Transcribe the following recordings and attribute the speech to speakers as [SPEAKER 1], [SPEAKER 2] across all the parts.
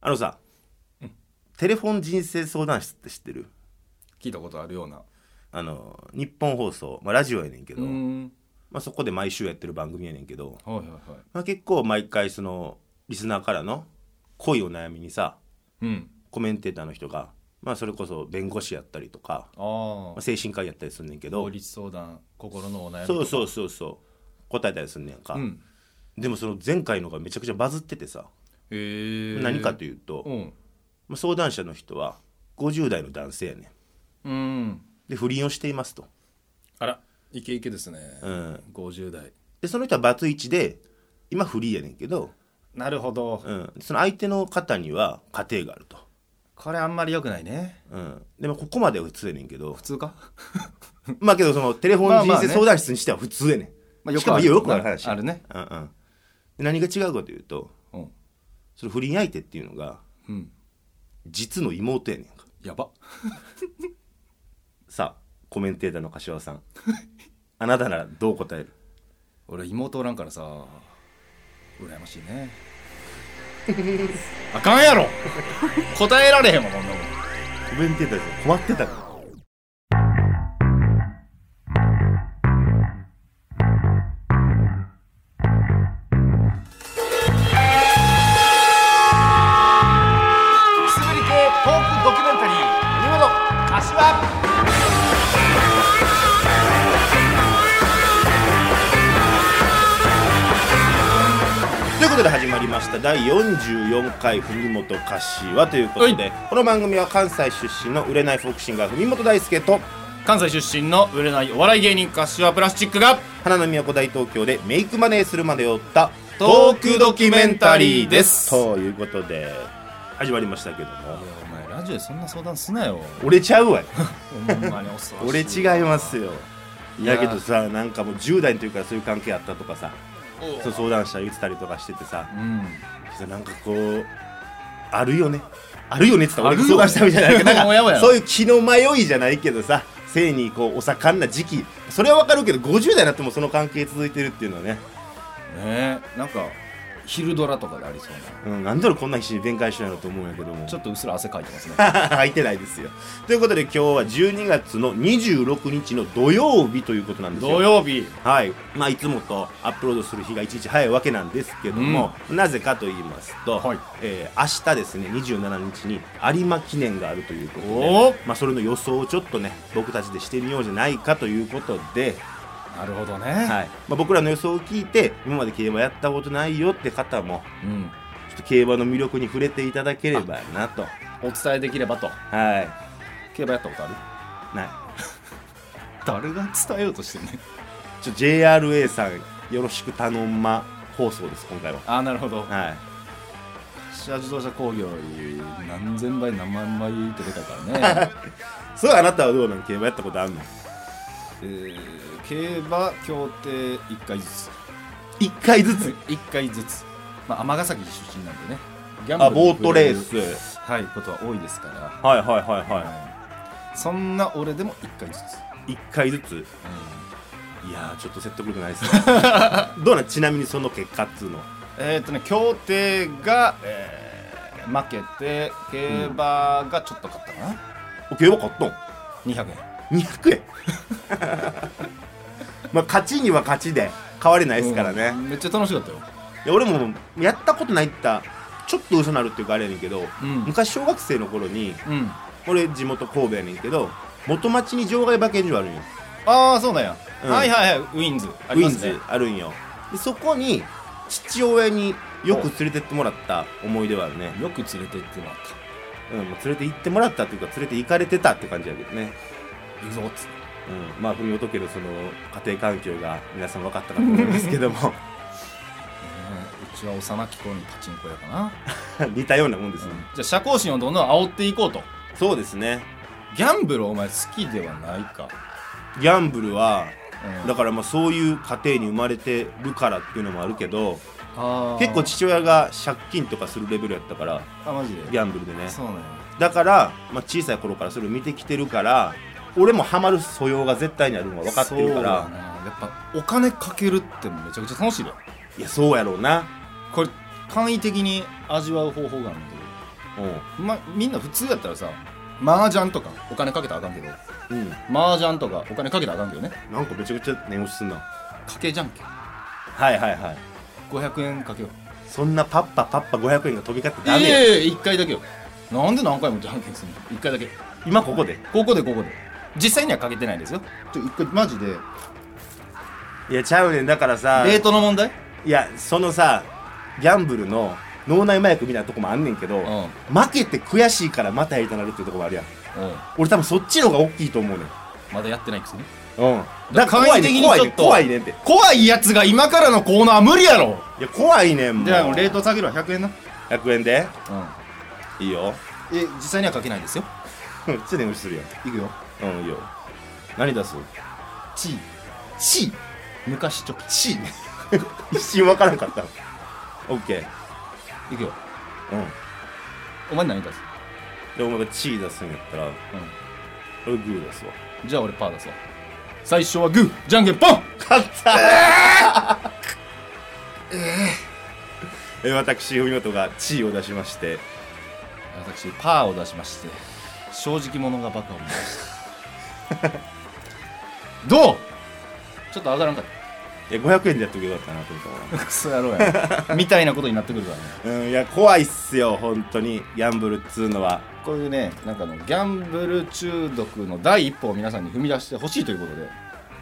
[SPEAKER 1] あのさ、テレフォン人生相談室って知ってる
[SPEAKER 2] 聞いたことあるような
[SPEAKER 1] あの日本放送、まあ、ラジオやねんけど、
[SPEAKER 2] ん
[SPEAKER 1] まあ、そこで毎週やってる番組やねんけど、
[SPEAKER 2] はいはいはい
[SPEAKER 1] まあ、結構毎回そのリスナーからの恋を悩みにさ
[SPEAKER 2] うん
[SPEAKER 1] コメンテーターの人が、まあ、それこそ弁護士やったりとか、
[SPEAKER 2] あ
[SPEAKER 1] ま
[SPEAKER 2] あ
[SPEAKER 1] あ、精神科医やったりすんねんけど
[SPEAKER 2] 法律相談心のお悩み
[SPEAKER 1] そう
[SPEAKER 2] う
[SPEAKER 1] そうそうそう答えたりすんねんか、
[SPEAKER 2] うん
[SPEAKER 1] でもその前回のがめちゃくちゃバズっててさ、
[SPEAKER 2] へえ
[SPEAKER 1] 何かと
[SPEAKER 2] いう
[SPEAKER 1] いうと、
[SPEAKER 2] うん
[SPEAKER 1] まあ、相談者の人は50代の男性やねん
[SPEAKER 2] うん
[SPEAKER 1] で不倫をしていますと。
[SPEAKER 2] あらイケイケですね
[SPEAKER 1] うん
[SPEAKER 2] 50代
[SPEAKER 1] でその人はバツイチで今フリーやねんけど、
[SPEAKER 2] なるほど
[SPEAKER 1] うん、その相手の方には家庭があると、
[SPEAKER 2] これあんまり良くないね
[SPEAKER 1] うん、でもここまでは普通やねんけど
[SPEAKER 2] 普通か
[SPEAKER 1] まあけどそのテレフォ
[SPEAKER 2] ま
[SPEAKER 1] ン
[SPEAKER 2] あまあ
[SPEAKER 1] 人
[SPEAKER 2] ね
[SPEAKER 1] 生相談室にしては普通やねん、
[SPEAKER 2] まあよく
[SPEAKER 1] しかも
[SPEAKER 2] ある
[SPEAKER 1] よくある話
[SPEAKER 2] あるね、
[SPEAKER 1] うんうん、で何が違うかというと
[SPEAKER 2] うん
[SPEAKER 1] その不倫相手っていうのが
[SPEAKER 2] うん
[SPEAKER 1] 実の妹やねんか
[SPEAKER 2] やば
[SPEAKER 1] さあコメンテーターの柏さん あなたならどう答える
[SPEAKER 2] 俺妹おらんからさ羨ましい ねあかんやろ答えられへんわこんなもん
[SPEAKER 1] コメンテーターですよ困ってたから
[SPEAKER 2] くすぶり系トークドキュメンタリー「見事柏」
[SPEAKER 1] ということで始まりました第44回文元柏ということで、
[SPEAKER 2] は
[SPEAKER 1] この番組は関西出身の売れないフォークシンガー文元大輔と
[SPEAKER 2] 関西出身の売れないお笑い芸人柏プラスチックが
[SPEAKER 1] 花の都大東京でメイクマネーするまでを追った
[SPEAKER 2] トークドキュメンタリーです
[SPEAKER 1] ということで始まりましたけども
[SPEAKER 2] お前ラジオでそんな相談すな よ
[SPEAKER 1] 俺ちゃうわ よ
[SPEAKER 2] ほんまに恐ろ
[SPEAKER 1] 俺
[SPEAKER 2] しい
[SPEAKER 1] 違いますよいやけどさなんかもう10代の時からそういう関係あったとかさ
[SPEAKER 2] おう
[SPEAKER 1] そう相談したり言ってたりとかしててさ
[SPEAKER 2] うん
[SPEAKER 1] なんかこうあるよねあるよねって言ったら俺が
[SPEAKER 2] あるよ
[SPEAKER 1] 相
[SPEAKER 2] ね
[SPEAKER 1] 談したみたいななんか
[SPEAKER 2] おやおや
[SPEAKER 1] そういう気の迷いじゃないけどさ性にこうお盛んな時期それはわかるけど50代になってもその関係続いてるっていうのはね、
[SPEAKER 2] ねえなんか昼ドラとかでありそうな
[SPEAKER 1] うん、なんで俺こんな必死に弁解しないのと思うんやけども
[SPEAKER 2] ちょっとうっすら汗かいてますね
[SPEAKER 1] 入ってないですよということで今日は12月の26日の土曜日ということなんですよ
[SPEAKER 2] 土曜日
[SPEAKER 1] はいまあ、いつもとアップロードする日がいちいち早いわけなんですけども、なぜかと言いますと、
[SPEAKER 2] はい
[SPEAKER 1] えー明日ですね27日に有馬記念があるということ
[SPEAKER 2] お
[SPEAKER 1] で
[SPEAKER 2] ー、
[SPEAKER 1] まあ、それの予想をちょっとね僕たちでしてみようじゃないかということで、
[SPEAKER 2] なるほどね、
[SPEAKER 1] はいまあ、僕らの予想を聞いて今まで競馬やったことないよって方も
[SPEAKER 2] うん、
[SPEAKER 1] ちょっと競馬の魅力に触れていただければなと
[SPEAKER 2] お伝えできればと
[SPEAKER 1] は
[SPEAKER 2] 競馬やったことある
[SPEAKER 1] いない
[SPEAKER 2] 誰が伝えようとしてんねん
[SPEAKER 1] ちょ JRA さんよろしく頼んま放送です今回は
[SPEAKER 2] ああなるほど
[SPEAKER 1] はい
[SPEAKER 2] 柏自動車工業より何千倍何万倍って出たから ね、
[SPEAKER 1] それあなたはどうなん競馬やったことあんの
[SPEAKER 2] えー、競馬競艇1回ずつ
[SPEAKER 1] 一回ずつ
[SPEAKER 2] 1回ずつまあ尼崎出身なんでねギャ
[SPEAKER 1] あ
[SPEAKER 2] ンブル
[SPEAKER 1] ボー
[SPEAKER 2] に触れる
[SPEAKER 1] トレース
[SPEAKER 2] はいことは多いですか
[SPEAKER 1] はいはいはい
[SPEAKER 2] ら、
[SPEAKER 1] は
[SPEAKER 2] はい、そんな俺でも1回ずつ、
[SPEAKER 1] い一回ずつ
[SPEAKER 2] うん
[SPEAKER 1] いやーちょっと説得力ないですね どうなんちなみにその結果っつうの
[SPEAKER 2] えーっとね競艇が、えー負けて競馬がちょっと勝ったかな、
[SPEAKER 1] お競馬買ったん
[SPEAKER 2] 200円
[SPEAKER 1] 200円 まあ勝ちには勝ちで変われないですからね、
[SPEAKER 2] うんめっちゃ楽しかったよ
[SPEAKER 1] いや俺もやったことないって言ったらちょっと嘘なるっていうかあれやねんけど、
[SPEAKER 2] ん
[SPEAKER 1] 昔小学生の頃に
[SPEAKER 2] うん
[SPEAKER 1] 俺地元神戸やねんけど元町に場外馬券場あるんよ
[SPEAKER 2] ああそうなんや、
[SPEAKER 1] うん
[SPEAKER 2] はいはいはいウィンズあ
[SPEAKER 1] ウ
[SPEAKER 2] り
[SPEAKER 1] ィ
[SPEAKER 2] ま
[SPEAKER 1] ン
[SPEAKER 2] すね
[SPEAKER 1] ズあるんよでそこに父親によく連れてってもらった思い出はあるね、
[SPEAKER 2] よく連れて行ってもらっ
[SPEAKER 1] うん、もう連れて行ってもらったっていうか連れて行かれてたって感じやけどね、
[SPEAKER 2] た行くぞっつって
[SPEAKER 1] うん、まあ文元家のその家庭環境が皆さん分かったかと思いますけども
[SPEAKER 2] うちは幼き頃にパチンコ屋かな、
[SPEAKER 1] 似たようなもんですね、
[SPEAKER 2] じゃあ社交心をどんどん煽っていこうと
[SPEAKER 1] そうですね
[SPEAKER 2] ギャンブルお前好きではないか、
[SPEAKER 1] ギャンブルは
[SPEAKER 2] うん
[SPEAKER 1] だからまあそういう家庭に生まれてるからっていうのもあるけど
[SPEAKER 2] あー
[SPEAKER 1] 結構父親が借金とかするレベルやったから
[SPEAKER 2] あマジで
[SPEAKER 1] ギャンブルでね
[SPEAKER 2] そうなんや
[SPEAKER 1] だから、まあ、小さい頃からそれを見てきてるから俺もハマる素養が絶対にあるのは分かってるか
[SPEAKER 2] そうやな
[SPEAKER 1] ら
[SPEAKER 2] やっぱお金かけるってめちゃくちゃ楽しいで
[SPEAKER 1] いやそうやろうな
[SPEAKER 2] これ簡易的に味わう方法があるんだま、みんな普通やったらさ麻雀とかお金かけたらあかんけど
[SPEAKER 1] うんうん
[SPEAKER 2] 麻雀とかお金かけたらあかんけどね
[SPEAKER 1] なんかめちゃくちゃ念押しすんな
[SPEAKER 2] 賭けじゃんけん
[SPEAKER 1] はいはいはい
[SPEAKER 2] 500円かけよう
[SPEAKER 1] そんなパッパパッパ500円が飛び交ってダ
[SPEAKER 2] い
[SPEAKER 1] メ
[SPEAKER 2] や
[SPEAKER 1] よ
[SPEAKER 2] いやいや1回だけよなんで何回もじゃんけんするの1回だけ
[SPEAKER 1] 今ここで
[SPEAKER 2] ここでここで実際にはかけてないですよちょ1回マジで
[SPEAKER 1] いやちゃうねんだからさ
[SPEAKER 2] レートの問題
[SPEAKER 1] いやそのさギャンブルの脳内麻薬みたいなとこもあんねんけど、負けて悔しいからまたやりたなるっていうとこもあるやん俺多分そっちの方が大きいと思うねん
[SPEAKER 2] まだやってないくせに
[SPEAKER 1] うんだから怖いねん怖い
[SPEAKER 2] 簡易的
[SPEAKER 1] ね
[SPEAKER 2] に
[SPEAKER 1] ん
[SPEAKER 2] ちょっと
[SPEAKER 1] 怖いねんって
[SPEAKER 2] 怖いやつが今からのコーナーは無理やろ
[SPEAKER 1] いや怖いねんもう
[SPEAKER 2] じゃあレート下げろ100円な
[SPEAKER 1] 100円で
[SPEAKER 2] う
[SPEAKER 1] いいよ
[SPEAKER 2] んえ実際にはかけないですよ
[SPEAKER 1] うん常に無視するや
[SPEAKER 2] いくよ
[SPEAKER 1] んうんいいよ何出す
[SPEAKER 2] チーチー昔ちょチー
[SPEAKER 1] 一瞬わからんかったオッケー
[SPEAKER 2] いくよ
[SPEAKER 1] うん
[SPEAKER 2] お前何出す、
[SPEAKER 1] でお前がチー出すんやったら俺グー出すわ
[SPEAKER 2] うん、じゃあ俺パー出すわ最初はグーじゃんけんポン
[SPEAKER 1] 勝ったえー、え私文元が地位を出しまして
[SPEAKER 2] 私パーを出しまして正直者がバカを見ました どうちょっと上がらんかっ
[SPEAKER 1] いや500円でやっておけばよかったなと思ったか
[SPEAKER 2] たクソ野郎やなみたいなことになってくるからね
[SPEAKER 1] らうんいや怖いっすよ本当にギャンブルっつうのは
[SPEAKER 2] こういうねなんかあのギャンブル中毒の第一歩を皆さんに踏み出してほしいということで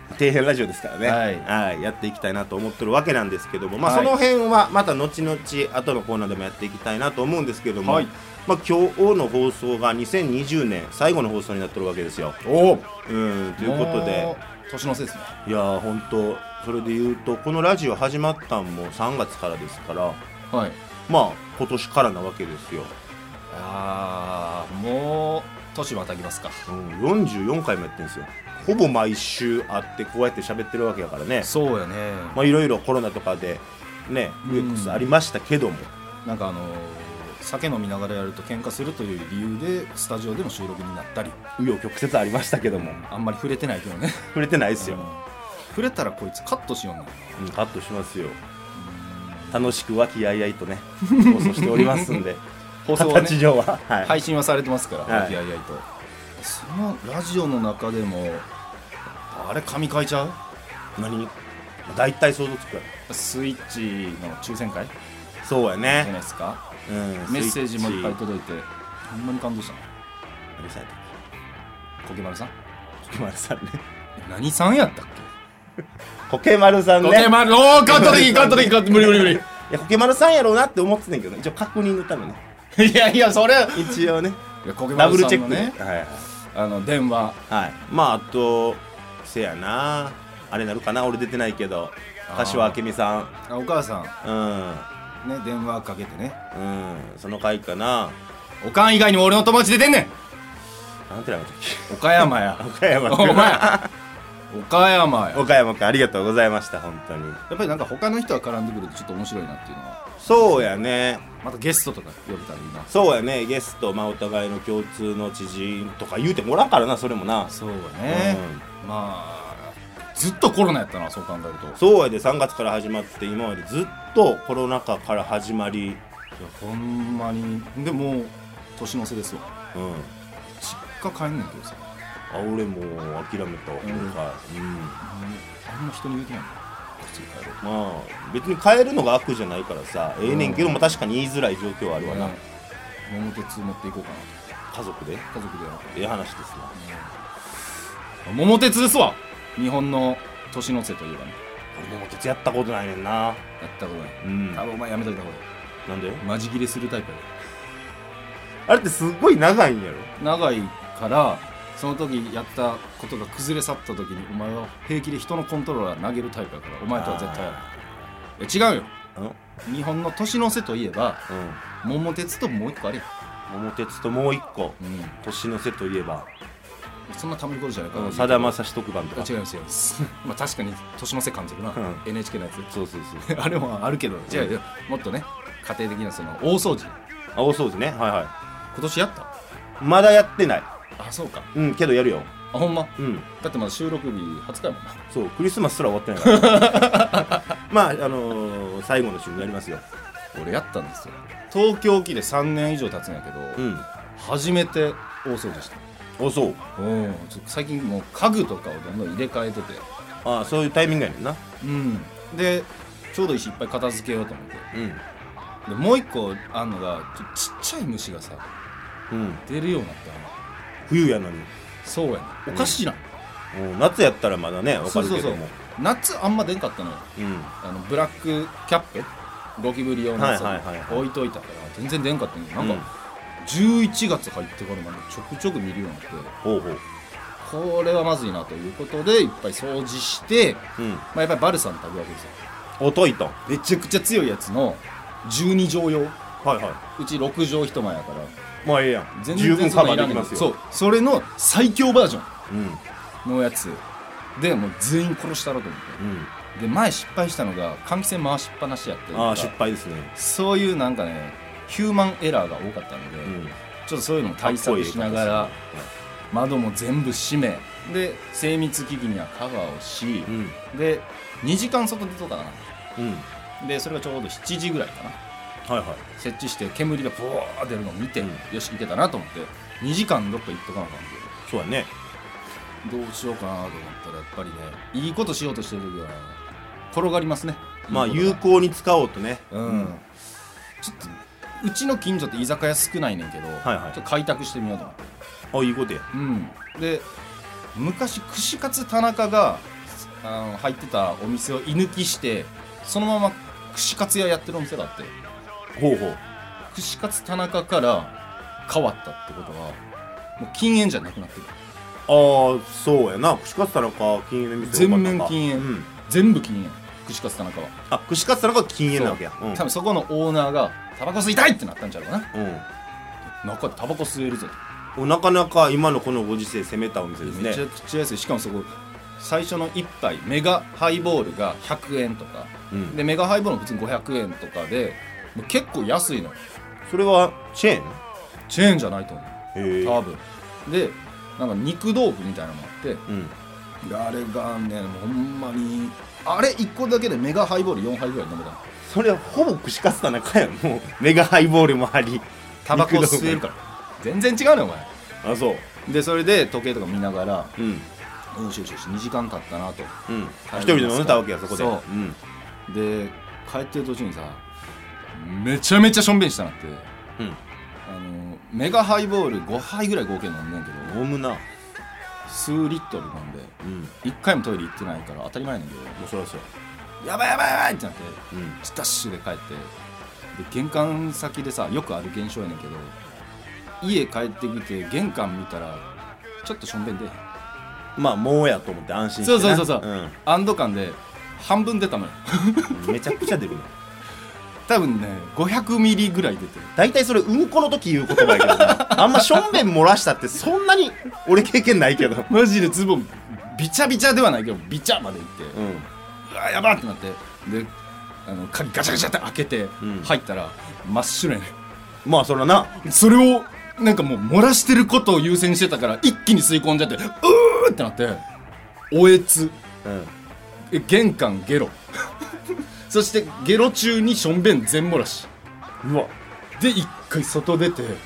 [SPEAKER 1] 底辺ラジオですからね、
[SPEAKER 2] はい
[SPEAKER 1] やっていきたいなと思ってるわけなんですけども、まあ、
[SPEAKER 2] は
[SPEAKER 1] そ
[SPEAKER 2] い
[SPEAKER 1] の辺はまた後々後のコーナーでもやっていきたいなと思うんですけども、
[SPEAKER 2] はい
[SPEAKER 1] まあ、今日の放送が2020年最後の放送になってるわけですよ。
[SPEAKER 2] おお
[SPEAKER 1] うんと
[SPEAKER 2] と
[SPEAKER 1] いうことで
[SPEAKER 2] 年のせいですね
[SPEAKER 1] いやー本当それで言うとこのラジオ始まったんも3月からですから
[SPEAKER 2] はい
[SPEAKER 1] まあ今年からなわけですよ、
[SPEAKER 2] あーもう年またぎますか
[SPEAKER 1] うん、44回もやってるんですよほぼ毎週会ってこうやって喋ってるわけやからね
[SPEAKER 2] そうやね
[SPEAKER 1] まあいろいろコロナとかでね
[SPEAKER 2] うん
[SPEAKER 1] UX ありましたけども、
[SPEAKER 2] なんかあのー酒飲みながらやると喧嘩するという理由でスタジオでの収録になったり
[SPEAKER 1] 紆余曲折ありましたけども
[SPEAKER 2] あんまり触れてないけど ね
[SPEAKER 1] 触れてないですよ、
[SPEAKER 2] 触れたらこいつカットしような
[SPEAKER 1] うん、カットしますよ楽しく和気あいあいとね放送しておりますん で
[SPEAKER 2] 放送はね
[SPEAKER 1] 形上は、はい
[SPEAKER 2] 配信はされてますから
[SPEAKER 1] はい
[SPEAKER 2] 和気あいあいとそのラジオの中でもあれ紙書いちゃう
[SPEAKER 1] 何大体想像つくや
[SPEAKER 2] スイッチの抽選会じ
[SPEAKER 1] ろそうや
[SPEAKER 2] ゃない
[SPEAKER 1] ね、
[SPEAKER 2] ですか
[SPEAKER 1] うん、
[SPEAKER 2] メッセージもいっぱい
[SPEAKER 1] スイッチ
[SPEAKER 2] 届いてほんまに感動したな
[SPEAKER 1] 何されたっ
[SPEAKER 2] コケマルさん
[SPEAKER 1] けコケマルさんね
[SPEAKER 2] 何さんやったっ
[SPEAKER 1] コケマルさん
[SPEAKER 2] け
[SPEAKER 1] ね
[SPEAKER 2] コケマルおーカットできんカットできんカット無理無理無理
[SPEAKER 1] いやコケマルさんやろうなって思ってたんやけどね一応確認のために
[SPEAKER 2] いやいや、それ、
[SPEAKER 1] 一応ね
[SPEAKER 2] コ ケ
[SPEAKER 1] ダ
[SPEAKER 2] マ
[SPEAKER 1] ブル
[SPEAKER 2] ルさ
[SPEAKER 1] チ
[SPEAKER 2] ん
[SPEAKER 1] ェッ
[SPEAKER 2] の
[SPEAKER 1] クね
[SPEAKER 2] ね、
[SPEAKER 1] はいはい、
[SPEAKER 2] あの電話、
[SPEAKER 1] はい、まああとせやなあれなるかな俺出てないけど
[SPEAKER 2] あー
[SPEAKER 1] 柏明美さ
[SPEAKER 2] あお母さん、
[SPEAKER 1] んうん
[SPEAKER 2] ね、電話かけてね、
[SPEAKER 1] うんその回かな
[SPEAKER 2] おかん以外にも俺の友達出てんね
[SPEAKER 1] なんて名前だっ
[SPEAKER 2] ん、岡山や
[SPEAKER 1] け、岡山
[SPEAKER 2] お前、岡山や、やっ
[SPEAKER 1] 岡山君ありがとうございました本当に
[SPEAKER 2] ぱりなんか他の人が絡んでくると、ちょっと面白いなっていうのは、
[SPEAKER 1] そうやね
[SPEAKER 2] またゲストとか呼べたらいいな、
[SPEAKER 1] そうやねゲストまあお互いの共通の知人とか言うてもらうからなそれもな
[SPEAKER 2] そうやね、まあ、ずっとコロナやったな、そう考えると、いや
[SPEAKER 1] そうやで3月から始まって今までずっとコロナ禍から始まり
[SPEAKER 2] ほんまに、でもう、年の瀬ですわ、
[SPEAKER 1] うん
[SPEAKER 2] 実家帰んねんけどさ、
[SPEAKER 1] あ俺もう諦めたわ、
[SPEAKER 2] うん
[SPEAKER 1] 今回うんま
[SPEAKER 2] あんま人に言うてないの、普通に帰ろう。
[SPEAKER 1] あ別に変えるのが悪じゃないからさええねんけど
[SPEAKER 2] うん
[SPEAKER 1] も確かに言いづらい状況はあるわな、
[SPEAKER 2] 桃鉄持っていこうかな
[SPEAKER 1] 家族で
[SPEAKER 2] 家族でやろう
[SPEAKER 1] ええ話ですな
[SPEAKER 2] か桃鉄ですわ日本の年の瀬といえばね
[SPEAKER 1] 俺も鉄やったことないねんな
[SPEAKER 2] やったことない
[SPEAKER 1] うん
[SPEAKER 2] 多分お前やめといた方がい
[SPEAKER 1] なんで
[SPEAKER 2] いマジ切れするタイプや
[SPEAKER 1] あれってすっごい長いんやろ
[SPEAKER 2] で長いからその時やったことが崩れ去った時にお前は平気で人のコントローラー投げるタイプやからお前とは絶対やらないいや違うよ
[SPEAKER 1] うん
[SPEAKER 2] 日本の年の瀬といえば
[SPEAKER 1] うん
[SPEAKER 2] 桃鉄ともう一個あるや
[SPEAKER 1] 桃鉄ともう一個
[SPEAKER 2] ん、うん、
[SPEAKER 1] 年の瀬といえば
[SPEAKER 2] そんなためることじゃないから
[SPEAKER 1] さだまさし特番とか
[SPEAKER 2] あ違います違います まあ確かに年の瀬感じるな、
[SPEAKER 1] うん
[SPEAKER 2] NHK のやつ
[SPEAKER 1] そうそうそう
[SPEAKER 2] あれもあるけど、違うよ、もっとね、家庭的なその大掃除、
[SPEAKER 1] あ大掃除ねはいは
[SPEAKER 2] 今年やった
[SPEAKER 1] いまだやってない
[SPEAKER 2] あ、そうか、
[SPEAKER 1] うんけどやるよ
[SPEAKER 2] あ、ほんま、
[SPEAKER 1] うん
[SPEAKER 2] だってまだ収録日20日やもんな、
[SPEAKER 1] そうクリスマスすら終わってないからまああのー、最後の週にやりますよ
[SPEAKER 2] 俺やったんですよ東京来で3年以上経つんやけど、
[SPEAKER 1] うん
[SPEAKER 2] 初めて大掃除した
[SPEAKER 1] おそう
[SPEAKER 2] うんちょっと最近もう家具とかをどんどん入れ替えてて
[SPEAKER 1] ああそういうタイミングやねんな
[SPEAKER 2] うんでちょうどいいしいっぱい片付けようと思って
[SPEAKER 1] うん
[SPEAKER 2] でもう一個あんのがちょちっちゃい虫がさ
[SPEAKER 1] うん
[SPEAKER 2] 出るようになったの
[SPEAKER 1] 冬やのに
[SPEAKER 2] そうやなおかしいな、
[SPEAKER 1] うん夏やったらまだねわかるけども
[SPEAKER 2] 夏あんま出んかったのよ
[SPEAKER 1] うん
[SPEAKER 2] あのブラックキャップゴキブリ用のやつを
[SPEAKER 1] はいはいはいはい
[SPEAKER 2] 置いといたから全然出んかったんやなん
[SPEAKER 1] うん
[SPEAKER 2] か11月入ってからなんかちょくちょく見るようになって
[SPEAKER 1] ほうほう
[SPEAKER 2] これはまずいなということでいっぱい掃除して、
[SPEAKER 1] うん
[SPEAKER 2] まあ、やっぱりバルサン炊くわけですよ
[SPEAKER 1] おといと
[SPEAKER 2] めちゃくちゃ強いやつの12畳用
[SPEAKER 1] はいは
[SPEAKER 2] うち6畳一間やから
[SPEAKER 1] いまあええやん十分
[SPEAKER 2] そ
[SPEAKER 1] カ
[SPEAKER 2] んな
[SPEAKER 1] バ
[SPEAKER 2] い
[SPEAKER 1] ー
[SPEAKER 2] ら
[SPEAKER 1] でき
[SPEAKER 2] んねん
[SPEAKER 1] ますよ
[SPEAKER 2] そうそれの最強バージョ
[SPEAKER 1] うん
[SPEAKER 2] ンのやつでもう全員殺したろうと思っ
[SPEAKER 1] うん
[SPEAKER 2] てで前失敗したのが換気扇回しっぱなしやって
[SPEAKER 1] ああ失敗ですね
[SPEAKER 2] そういうなんかねヒューマンエラーが多かったので、
[SPEAKER 1] うん
[SPEAKER 2] ちょっとそういうのも対策しな
[SPEAKER 1] か
[SPEAKER 2] が
[SPEAKER 1] らっこいい感
[SPEAKER 2] 窓も全部閉めで精密機器にはカバーをし、
[SPEAKER 1] じですね
[SPEAKER 2] で2時間外出とったか
[SPEAKER 1] うんうん
[SPEAKER 2] なでそれがちょうど7時ぐらいかな
[SPEAKER 1] はいはい
[SPEAKER 2] 設置して煙がボワー出るのを見て、
[SPEAKER 1] うん
[SPEAKER 2] よしいけたなと思って2時間どっか行っとかなあかんけ
[SPEAKER 1] そうやね
[SPEAKER 2] どどうしようかなと思ったらやっぱりねいいことしようとしてる時はね転がりますね
[SPEAKER 1] まあ
[SPEAKER 2] いい
[SPEAKER 1] 有
[SPEAKER 2] こ
[SPEAKER 1] 効に使おうとね
[SPEAKER 2] とがうん、ちょっとうちの近所って居酒屋少ないねんけど、
[SPEAKER 1] はいはい
[SPEAKER 2] ちょっと開拓してみようと思って
[SPEAKER 1] あいいことや
[SPEAKER 2] うんで昔串カツ田中があの入ってたお店を居抜きしてそのまま串カツ屋やってるお店があって
[SPEAKER 1] ほうほう
[SPEAKER 2] 串カツ田中から変わったってことはもう禁煙じゃなくなってる
[SPEAKER 1] ああそうやな串カツ田中禁煙の店
[SPEAKER 2] 全面禁煙
[SPEAKER 1] うん
[SPEAKER 2] 全部禁煙串カツ田中は
[SPEAKER 1] あ串カツ田中禁煙なわけやう
[SPEAKER 2] 多分そこのオーナーがタバコ吸いたいってなったんちゃうかなん
[SPEAKER 1] うん
[SPEAKER 2] 中でタバコ吸えるぞ
[SPEAKER 1] おなかなか今のこのご時世攻めたお店ですね
[SPEAKER 2] めちゃくちゃ安いしかもそこ最初の1杯メガハイボールが100円とか
[SPEAKER 1] うん、
[SPEAKER 2] でメガハイボールも別に500円とかでもう結構安いのよ
[SPEAKER 1] それはチェーン
[SPEAKER 2] チェーンじゃないと思う
[SPEAKER 1] へえ
[SPEAKER 2] 多分でなんか肉豆腐みたいなのもあって
[SPEAKER 1] うん
[SPEAKER 2] いやあれがねもうほんまにあれ1個だけでメガハイボール4杯ぐらい飲めたの
[SPEAKER 1] それはほぼ串カツ田中やんもうメガハイボールもあり
[SPEAKER 2] タバコ
[SPEAKER 1] 肉豆腐
[SPEAKER 2] 吸えるから全然違うねお前
[SPEAKER 1] あそう
[SPEAKER 2] でそれで時計とか見ながら
[SPEAKER 1] うん
[SPEAKER 2] よしよしよし2時間経ったなと
[SPEAKER 1] うん一人で飲んでたわけやそこで
[SPEAKER 2] そうんで帰ってる途中にさめちゃめちゃしょんべんしたなって
[SPEAKER 1] うん
[SPEAKER 2] あのメガハイボール5杯ぐらい合計飲んでんけど
[SPEAKER 1] 飲むな
[SPEAKER 2] 数リットル飲んで
[SPEAKER 1] うんも
[SPEAKER 2] 一回もトイレ行ってないから当たり前なんだけど
[SPEAKER 1] うそらそう
[SPEAKER 2] やばいやばいやばいってなって
[SPEAKER 1] うん
[SPEAKER 2] ダッシュで帰ってで玄関先でさよくある現象やねんけど家帰ってきて玄関見たらちょっとしょんべんで
[SPEAKER 1] まあもうやと思って安心して
[SPEAKER 2] そう
[SPEAKER 1] な
[SPEAKER 2] そうそうそう、安堵感で半分出たのよ
[SPEAKER 1] うん、めちゃくちゃ出るな
[SPEAKER 2] 多分ね500ミリぐらい出てる
[SPEAKER 1] 大体それうんこの時言う言葉やけどなあんましょんべん漏らしたってそんなに俺経験ないけど
[SPEAKER 2] マジでズボンビチャビチャではないけどビチャまでいって、
[SPEAKER 1] うん
[SPEAKER 2] うわやばってなってであの鍵ガチャガチャって開けて
[SPEAKER 1] うん
[SPEAKER 2] 入ったら真っ白やね、、
[SPEAKER 1] まあそらなん
[SPEAKER 2] それをなんかもう漏らしてることを優先してたから一気に吸い込んじゃってうーってなっておえつ
[SPEAKER 1] うん
[SPEAKER 2] え玄関ゲロ そしてゲロ中にしょんべん全漏らし
[SPEAKER 1] うわ
[SPEAKER 2] で一回外出て
[SPEAKER 1] うん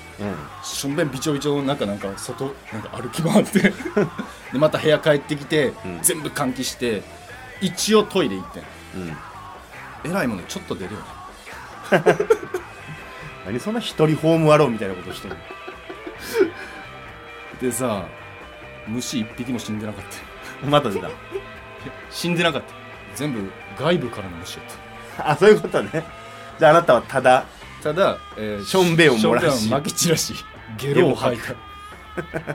[SPEAKER 2] しょんべんびちょびちょの中なんか外なんか歩き回って でまた部屋帰ってきて、
[SPEAKER 1] うん
[SPEAKER 2] 全部換気して一応トイレ行ってん
[SPEAKER 1] うん
[SPEAKER 2] えらいもんでちょっと出るよね
[SPEAKER 1] 何そんな一人ホームアローンみたいなことしてる
[SPEAKER 2] でさ虫一匹も死んでなかった
[SPEAKER 1] また出た
[SPEAKER 2] 死んでなかった全部外部からの虫やっ
[SPEAKER 1] あそういうことねじゃああなたはただ
[SPEAKER 2] たただ、えー
[SPEAKER 1] しょんべんを漏らし
[SPEAKER 2] しょんべんを撒き散ら しゲロを吐いた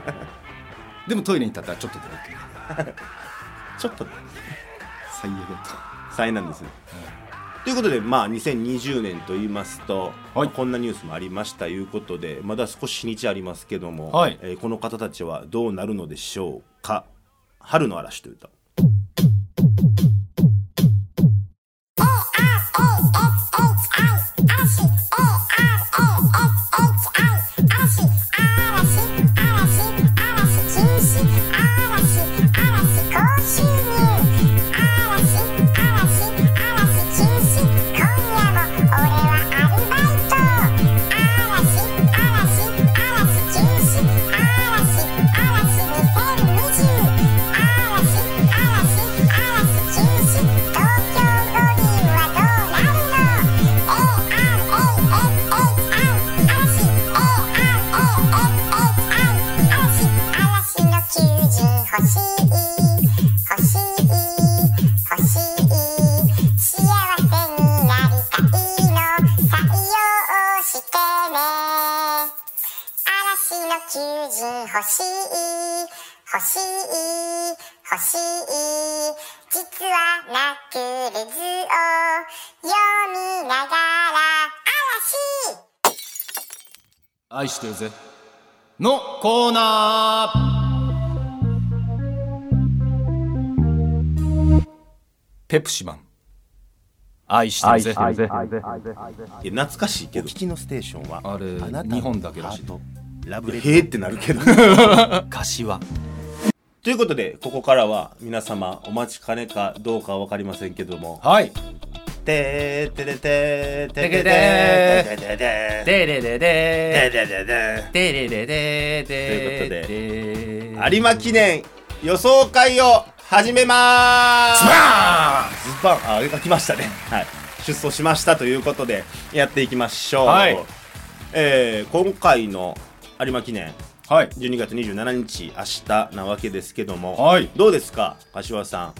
[SPEAKER 2] でもトイレに立ったらちょっと出るっていう
[SPEAKER 1] ちょっと
[SPEAKER 2] 最悪だった
[SPEAKER 1] 災難ですね、ということでまあ2020年と言いますと、
[SPEAKER 2] はい
[SPEAKER 1] こんなニュースもありましたいうことでまだ少し日にちありますけども、
[SPEAKER 2] はい
[SPEAKER 1] えーこの方たちはどうなるのでしょうか「春の嵐」という歌
[SPEAKER 3] 嵐嵐今夜も俺は欲しい欲しい欲しい幸せになりたいの採用してね嵐の求人欲しい欲しい欲しい実はナクルズを読みながら嵐
[SPEAKER 2] 愛してるぜのコーナーペプシマン愛してるぜ
[SPEAKER 1] え懐かしいけ
[SPEAKER 4] お
[SPEAKER 1] ど
[SPEAKER 4] 聞きのステーションは
[SPEAKER 2] あれ
[SPEAKER 4] あなたの
[SPEAKER 2] 日本だけらしい
[SPEAKER 4] ハートラブ
[SPEAKER 1] いや
[SPEAKER 4] レ
[SPEAKER 1] へえってなるけど
[SPEAKER 4] 柏
[SPEAKER 1] ということでここからは皆様お待ちかねかどうかは分かりませんけども
[SPEAKER 2] はい
[SPEAKER 1] てーてれてーてれてーてれてーて
[SPEAKER 2] でれでで
[SPEAKER 1] れてーてれてーてれてー
[SPEAKER 2] でれでで
[SPEAKER 1] ということ
[SPEAKER 2] で
[SPEAKER 1] 有馬記念予想会を始めまーす
[SPEAKER 2] バ
[SPEAKER 1] ズバンああれが来ましたねはい出走しましたということでやっていきましょう、
[SPEAKER 2] はい
[SPEAKER 1] えー今回の有馬記念
[SPEAKER 2] ーンはい
[SPEAKER 1] 12月27日明日なわけですけども、
[SPEAKER 2] はい
[SPEAKER 1] どうですか柏さ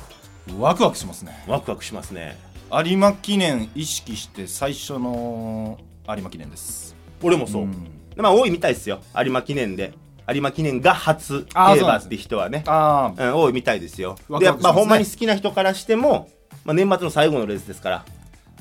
[SPEAKER 2] ワクワクしますね
[SPEAKER 1] んワクワクしますね
[SPEAKER 2] 有馬記念意識して最初の有馬記念です
[SPEAKER 1] 俺もそう、
[SPEAKER 2] ん
[SPEAKER 1] まあ多いみたいですよ有馬記念で有馬記念が初
[SPEAKER 2] あー
[SPEAKER 1] 競
[SPEAKER 2] そうな
[SPEAKER 1] 馬っ
[SPEAKER 2] んです
[SPEAKER 1] て人はね
[SPEAKER 2] ああ
[SPEAKER 1] うん、多いみたいですよ。
[SPEAKER 2] ワ
[SPEAKER 1] で
[SPEAKER 2] ク
[SPEAKER 1] や
[SPEAKER 2] ワ
[SPEAKER 1] っ
[SPEAKER 2] クしま
[SPEAKER 1] ぱ
[SPEAKER 2] すね
[SPEAKER 1] ほんまに好きな人からしても、まあ、年末の最後のレースですから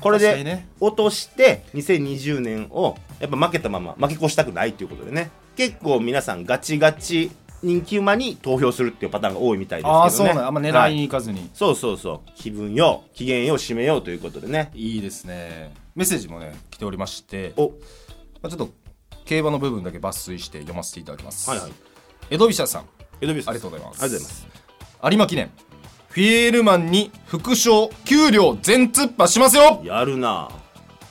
[SPEAKER 1] これ
[SPEAKER 2] 確かに
[SPEAKER 1] で
[SPEAKER 2] ね
[SPEAKER 1] 落として2020年をやっぱ負けたまま負け越したくないということでね結構皆さんガチガチ人気馬に投票するっていうパターンが多いみたいですけどね
[SPEAKER 2] ああそうなんやあんま狙い
[SPEAKER 1] は
[SPEAKER 2] に行かずに
[SPEAKER 1] そうそうそう気分よ機嫌よ締めようということでね
[SPEAKER 2] いいですねメッセージもね来ておりまして
[SPEAKER 1] お
[SPEAKER 2] まあ、ちょっと競馬の部分だけ抜粋して読ませていただきます。
[SPEAKER 1] はいはい
[SPEAKER 2] 江戸飛車さん、あ
[SPEAKER 1] エドビス
[SPEAKER 2] りがとうございます。
[SPEAKER 1] ありがとうございます
[SPEAKER 2] 有馬記念、フィエールマンに副賞、給料全突破しますよ
[SPEAKER 1] やるな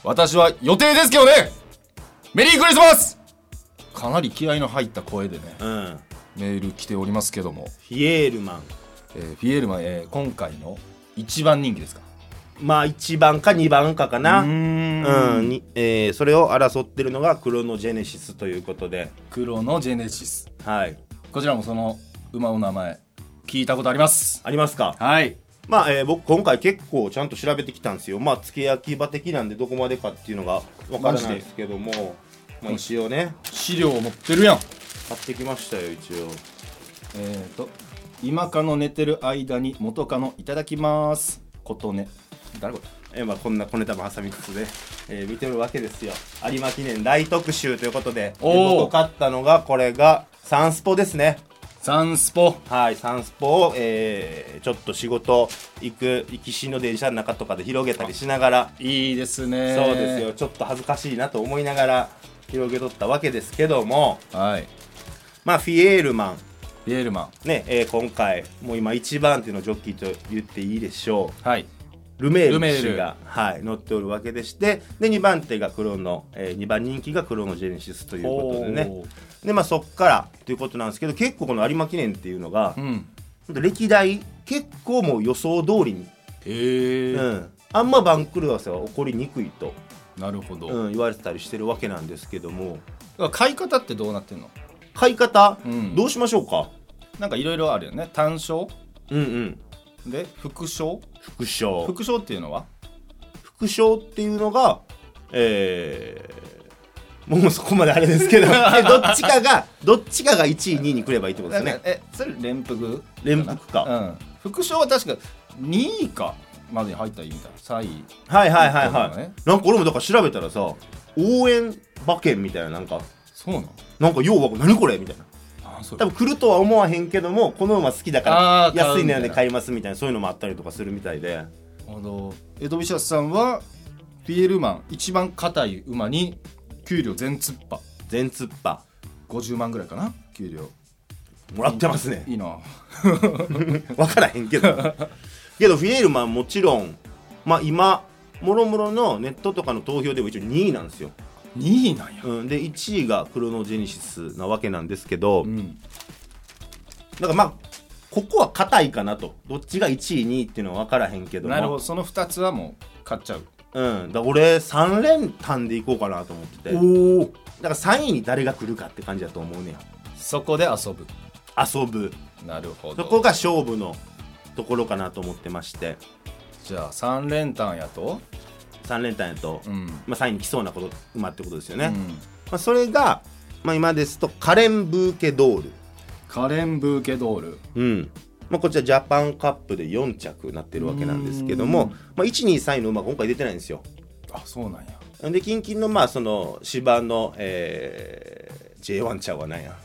[SPEAKER 2] 私は予定ですけどねメリークリスマスかなり気合の入った声でね、
[SPEAKER 1] うん
[SPEAKER 2] メール来ておりますけども、
[SPEAKER 1] フィエールマン
[SPEAKER 2] えーフィエールマン、えー今回の一番人気ですか
[SPEAKER 1] まあ1番か2番かかな
[SPEAKER 2] うー
[SPEAKER 1] うんんにえーそれを争ってるのがクロノジェネシスということで、
[SPEAKER 2] 黒のジェネシス。
[SPEAKER 1] はい、
[SPEAKER 2] こちらもその馬の名前、聞いたことあります。
[SPEAKER 1] ありますか、
[SPEAKER 2] はい。
[SPEAKER 1] まあえー僕、今回結構ちゃんと調べてきたんですよ、まあ、付け焼き場的なんで、どこまでかっていうのが分からないですけども、まあ、一応ね、
[SPEAKER 2] 資料を持ってるやん。
[SPEAKER 1] 買ってきましたよ、一応。
[SPEAKER 2] えー、と今かの寝てる間に元カノいただきますことね誰これ
[SPEAKER 1] えーまあ、こんな小ネタも挟みつつね、えー見てるわけですよ、有馬記念大特集ということで、で
[SPEAKER 2] おー
[SPEAKER 1] 僕、買ったのが、これがサンスポですね。
[SPEAKER 2] サンスポ
[SPEAKER 1] はい、サンスポを、えーちょっと仕事行く行きしの電車の中とかで広げたりしながら、
[SPEAKER 2] いいですね
[SPEAKER 1] そうですよちょっと恥ずかしいなと思いながら広げとったわけですけども
[SPEAKER 2] はい
[SPEAKER 1] まあフィエールマ
[SPEAKER 2] ビエールマ
[SPEAKER 1] ンね、えー今回もう今一番手のジョッキーと言っていいでしょ
[SPEAKER 2] ンはいう
[SPEAKER 1] ルメー
[SPEAKER 2] ルメ
[SPEAKER 1] ル
[SPEAKER 2] ール
[SPEAKER 1] 氏がはい、乗っておるわけでしてで2番手がクロノ、え2番人気がクロノジェネシスということでね
[SPEAKER 2] おー
[SPEAKER 1] でまあそっからということなんですけど結構この有馬記念っていうのが
[SPEAKER 2] う、ん
[SPEAKER 1] ほんと歴代結構もう予想通りに
[SPEAKER 2] へえ、
[SPEAKER 1] うん、あんま番狂わせは起こりにくいと、
[SPEAKER 2] なるほど、
[SPEAKER 1] うん、言われてたりしてるわけなんですけども
[SPEAKER 2] 買い方ってどうなってんの
[SPEAKER 1] 買い方、
[SPEAKER 2] うん
[SPEAKER 1] どうしましょうか
[SPEAKER 2] なんかいろいろあるよね単勝
[SPEAKER 1] うんうん
[SPEAKER 2] で副賞
[SPEAKER 1] 副賞
[SPEAKER 2] 副賞っていうのは
[SPEAKER 1] 副賞っていうのがえー、もうそこまであれですけ どえどっちかがどっちかが1位2位に来ればいいってことです
[SPEAKER 2] なん
[SPEAKER 1] ね
[SPEAKER 2] かえそれ連服
[SPEAKER 1] 連服か
[SPEAKER 2] うん副賞は確か2位かまでに入ったらいいみたいな3位
[SPEAKER 1] はいはいはいはい
[SPEAKER 2] そうだね
[SPEAKER 1] なんか俺もだから調べたらさ応援馬券みたいななんか
[SPEAKER 2] そうなの
[SPEAKER 1] なんか要は何これみたいな
[SPEAKER 2] あそう
[SPEAKER 1] 多分来るとは思わへんけどもこの馬好きだか
[SPEAKER 2] あー
[SPEAKER 1] ら安い
[SPEAKER 2] 買
[SPEAKER 1] 値
[SPEAKER 2] うみたい
[SPEAKER 1] で
[SPEAKER 2] な
[SPEAKER 1] 買いますみたいなそういうのもあったりとかするみたいで
[SPEAKER 2] あのエドビシャスさんはピエールマン一番硬い馬に給料全突破
[SPEAKER 1] 全突破
[SPEAKER 2] 50万ぐらいかな給料
[SPEAKER 1] もらってますね
[SPEAKER 2] いいな
[SPEAKER 1] 分からへんけど けどフィエールマンもちろんまあ今もろもろのネットとかの投票でも一応2位なんですよ、
[SPEAKER 2] 2位なんや
[SPEAKER 1] うん、で1位がクロノジェニシスなわけなんですけど、
[SPEAKER 2] うん
[SPEAKER 1] だからまあここは硬いかなとどっちが1位2位っていうのは分からへんけども
[SPEAKER 2] なるほどその2つはもう買っちゃう
[SPEAKER 1] うん、だから俺3連単でいこうかなと思っててだか
[SPEAKER 2] おお
[SPEAKER 1] ら3位に誰が来るかって感じだと思うねん
[SPEAKER 2] そこで遊ぶ
[SPEAKER 1] 遊ぶ
[SPEAKER 2] なるほ
[SPEAKER 1] そこ
[SPEAKER 2] ど
[SPEAKER 1] が勝負のところかなと思ってまして
[SPEAKER 2] じゃあ3連単やと
[SPEAKER 1] 3連単やと、
[SPEAKER 2] うん
[SPEAKER 1] まあ、3位に来そうなこと馬ってことですよね、
[SPEAKER 2] う
[SPEAKER 1] ま
[SPEAKER 2] ん
[SPEAKER 1] あ、それが、まあ、今ですとカレン・ブーケドール、
[SPEAKER 2] カレンブーケドール
[SPEAKER 1] うんまあ、こちらジャパンカップで4着になってるわけなんですけど
[SPEAKER 2] うん
[SPEAKER 1] も、まあ、123位の馬が今回出てないんですよ
[SPEAKER 2] あそうなんや
[SPEAKER 1] で近々のまあその芝の、えー J1 ちゃうわなんや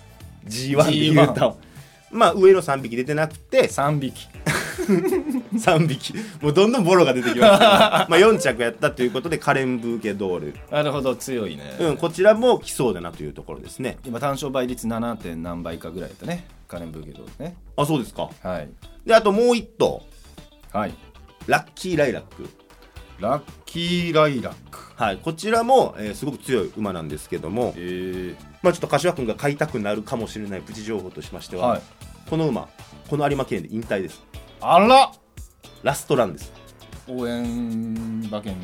[SPEAKER 1] G1 で言うとまあ上の3匹出てなくて
[SPEAKER 2] 3匹
[SPEAKER 1] 3匹もうどんどんボロが出てきま したけどまあ4着やったということでカレンブーケドール、
[SPEAKER 2] なるほど強いね、
[SPEAKER 1] うん、こちらも来そうだなというところですね
[SPEAKER 2] 今単勝倍率 7. 点何倍かぐらいだったねカレンブーケドールね
[SPEAKER 1] あそうですか
[SPEAKER 2] はい
[SPEAKER 1] であともう1頭
[SPEAKER 2] はい
[SPEAKER 1] ラッキーライラック
[SPEAKER 2] ラッキーライラック
[SPEAKER 1] はいこちらも、えーすごく強い馬なんですけども
[SPEAKER 2] え、ー、
[SPEAKER 1] まあ、ちょっと柏君が買いたくなるかもしれないプチ情報としましては、
[SPEAKER 2] はい
[SPEAKER 1] この馬この有馬記念で引退です
[SPEAKER 2] あら
[SPEAKER 1] ラストランです
[SPEAKER 2] 応援馬券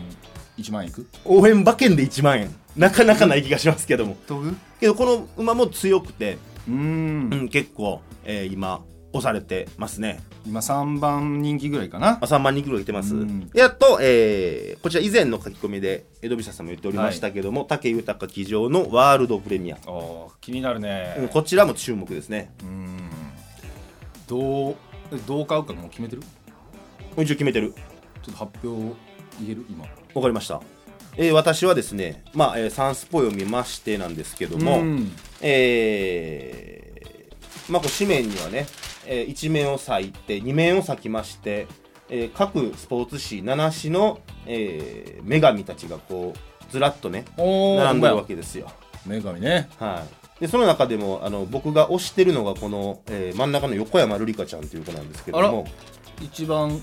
[SPEAKER 2] 1万いく
[SPEAKER 1] 応援馬券で1万円なかなかない気がしますけども
[SPEAKER 2] 飛ぶう
[SPEAKER 1] けどこの馬も強くて、
[SPEAKER 2] ーん
[SPEAKER 1] うん、結構、えー今押されてますね
[SPEAKER 2] 今3番人気ぐらいかな
[SPEAKER 1] まあ3万人くらい来てます
[SPEAKER 2] うん
[SPEAKER 1] であと、えーこちら以前の書き込みで江戸飛車さんも言っておりましたけども、武豊騎乗のワールドプレミア、
[SPEAKER 2] おー気になるね
[SPEAKER 1] うんこちらも注目ですね
[SPEAKER 2] うーんどうえどう買うかもう決めてるち
[SPEAKER 1] もう一応決めてる
[SPEAKER 2] ょっと発表言える今
[SPEAKER 1] わかりました、えー私はですねまあ、えーサンスポイを見ましてなんですけども、
[SPEAKER 2] うん
[SPEAKER 1] えーまあこう紙面にはね、えー、1面を割いて2面を割きまして、えー各スポーツ紙7紙の、えー女神たちがこうずらっとね
[SPEAKER 2] おー
[SPEAKER 1] 並んでるわけですよ。
[SPEAKER 2] 女神ね
[SPEAKER 1] はい、でその中でもあの僕が推してるのがこの、えー真ん中の横山瑠璃香ちゃんという子なんですけども
[SPEAKER 2] 一番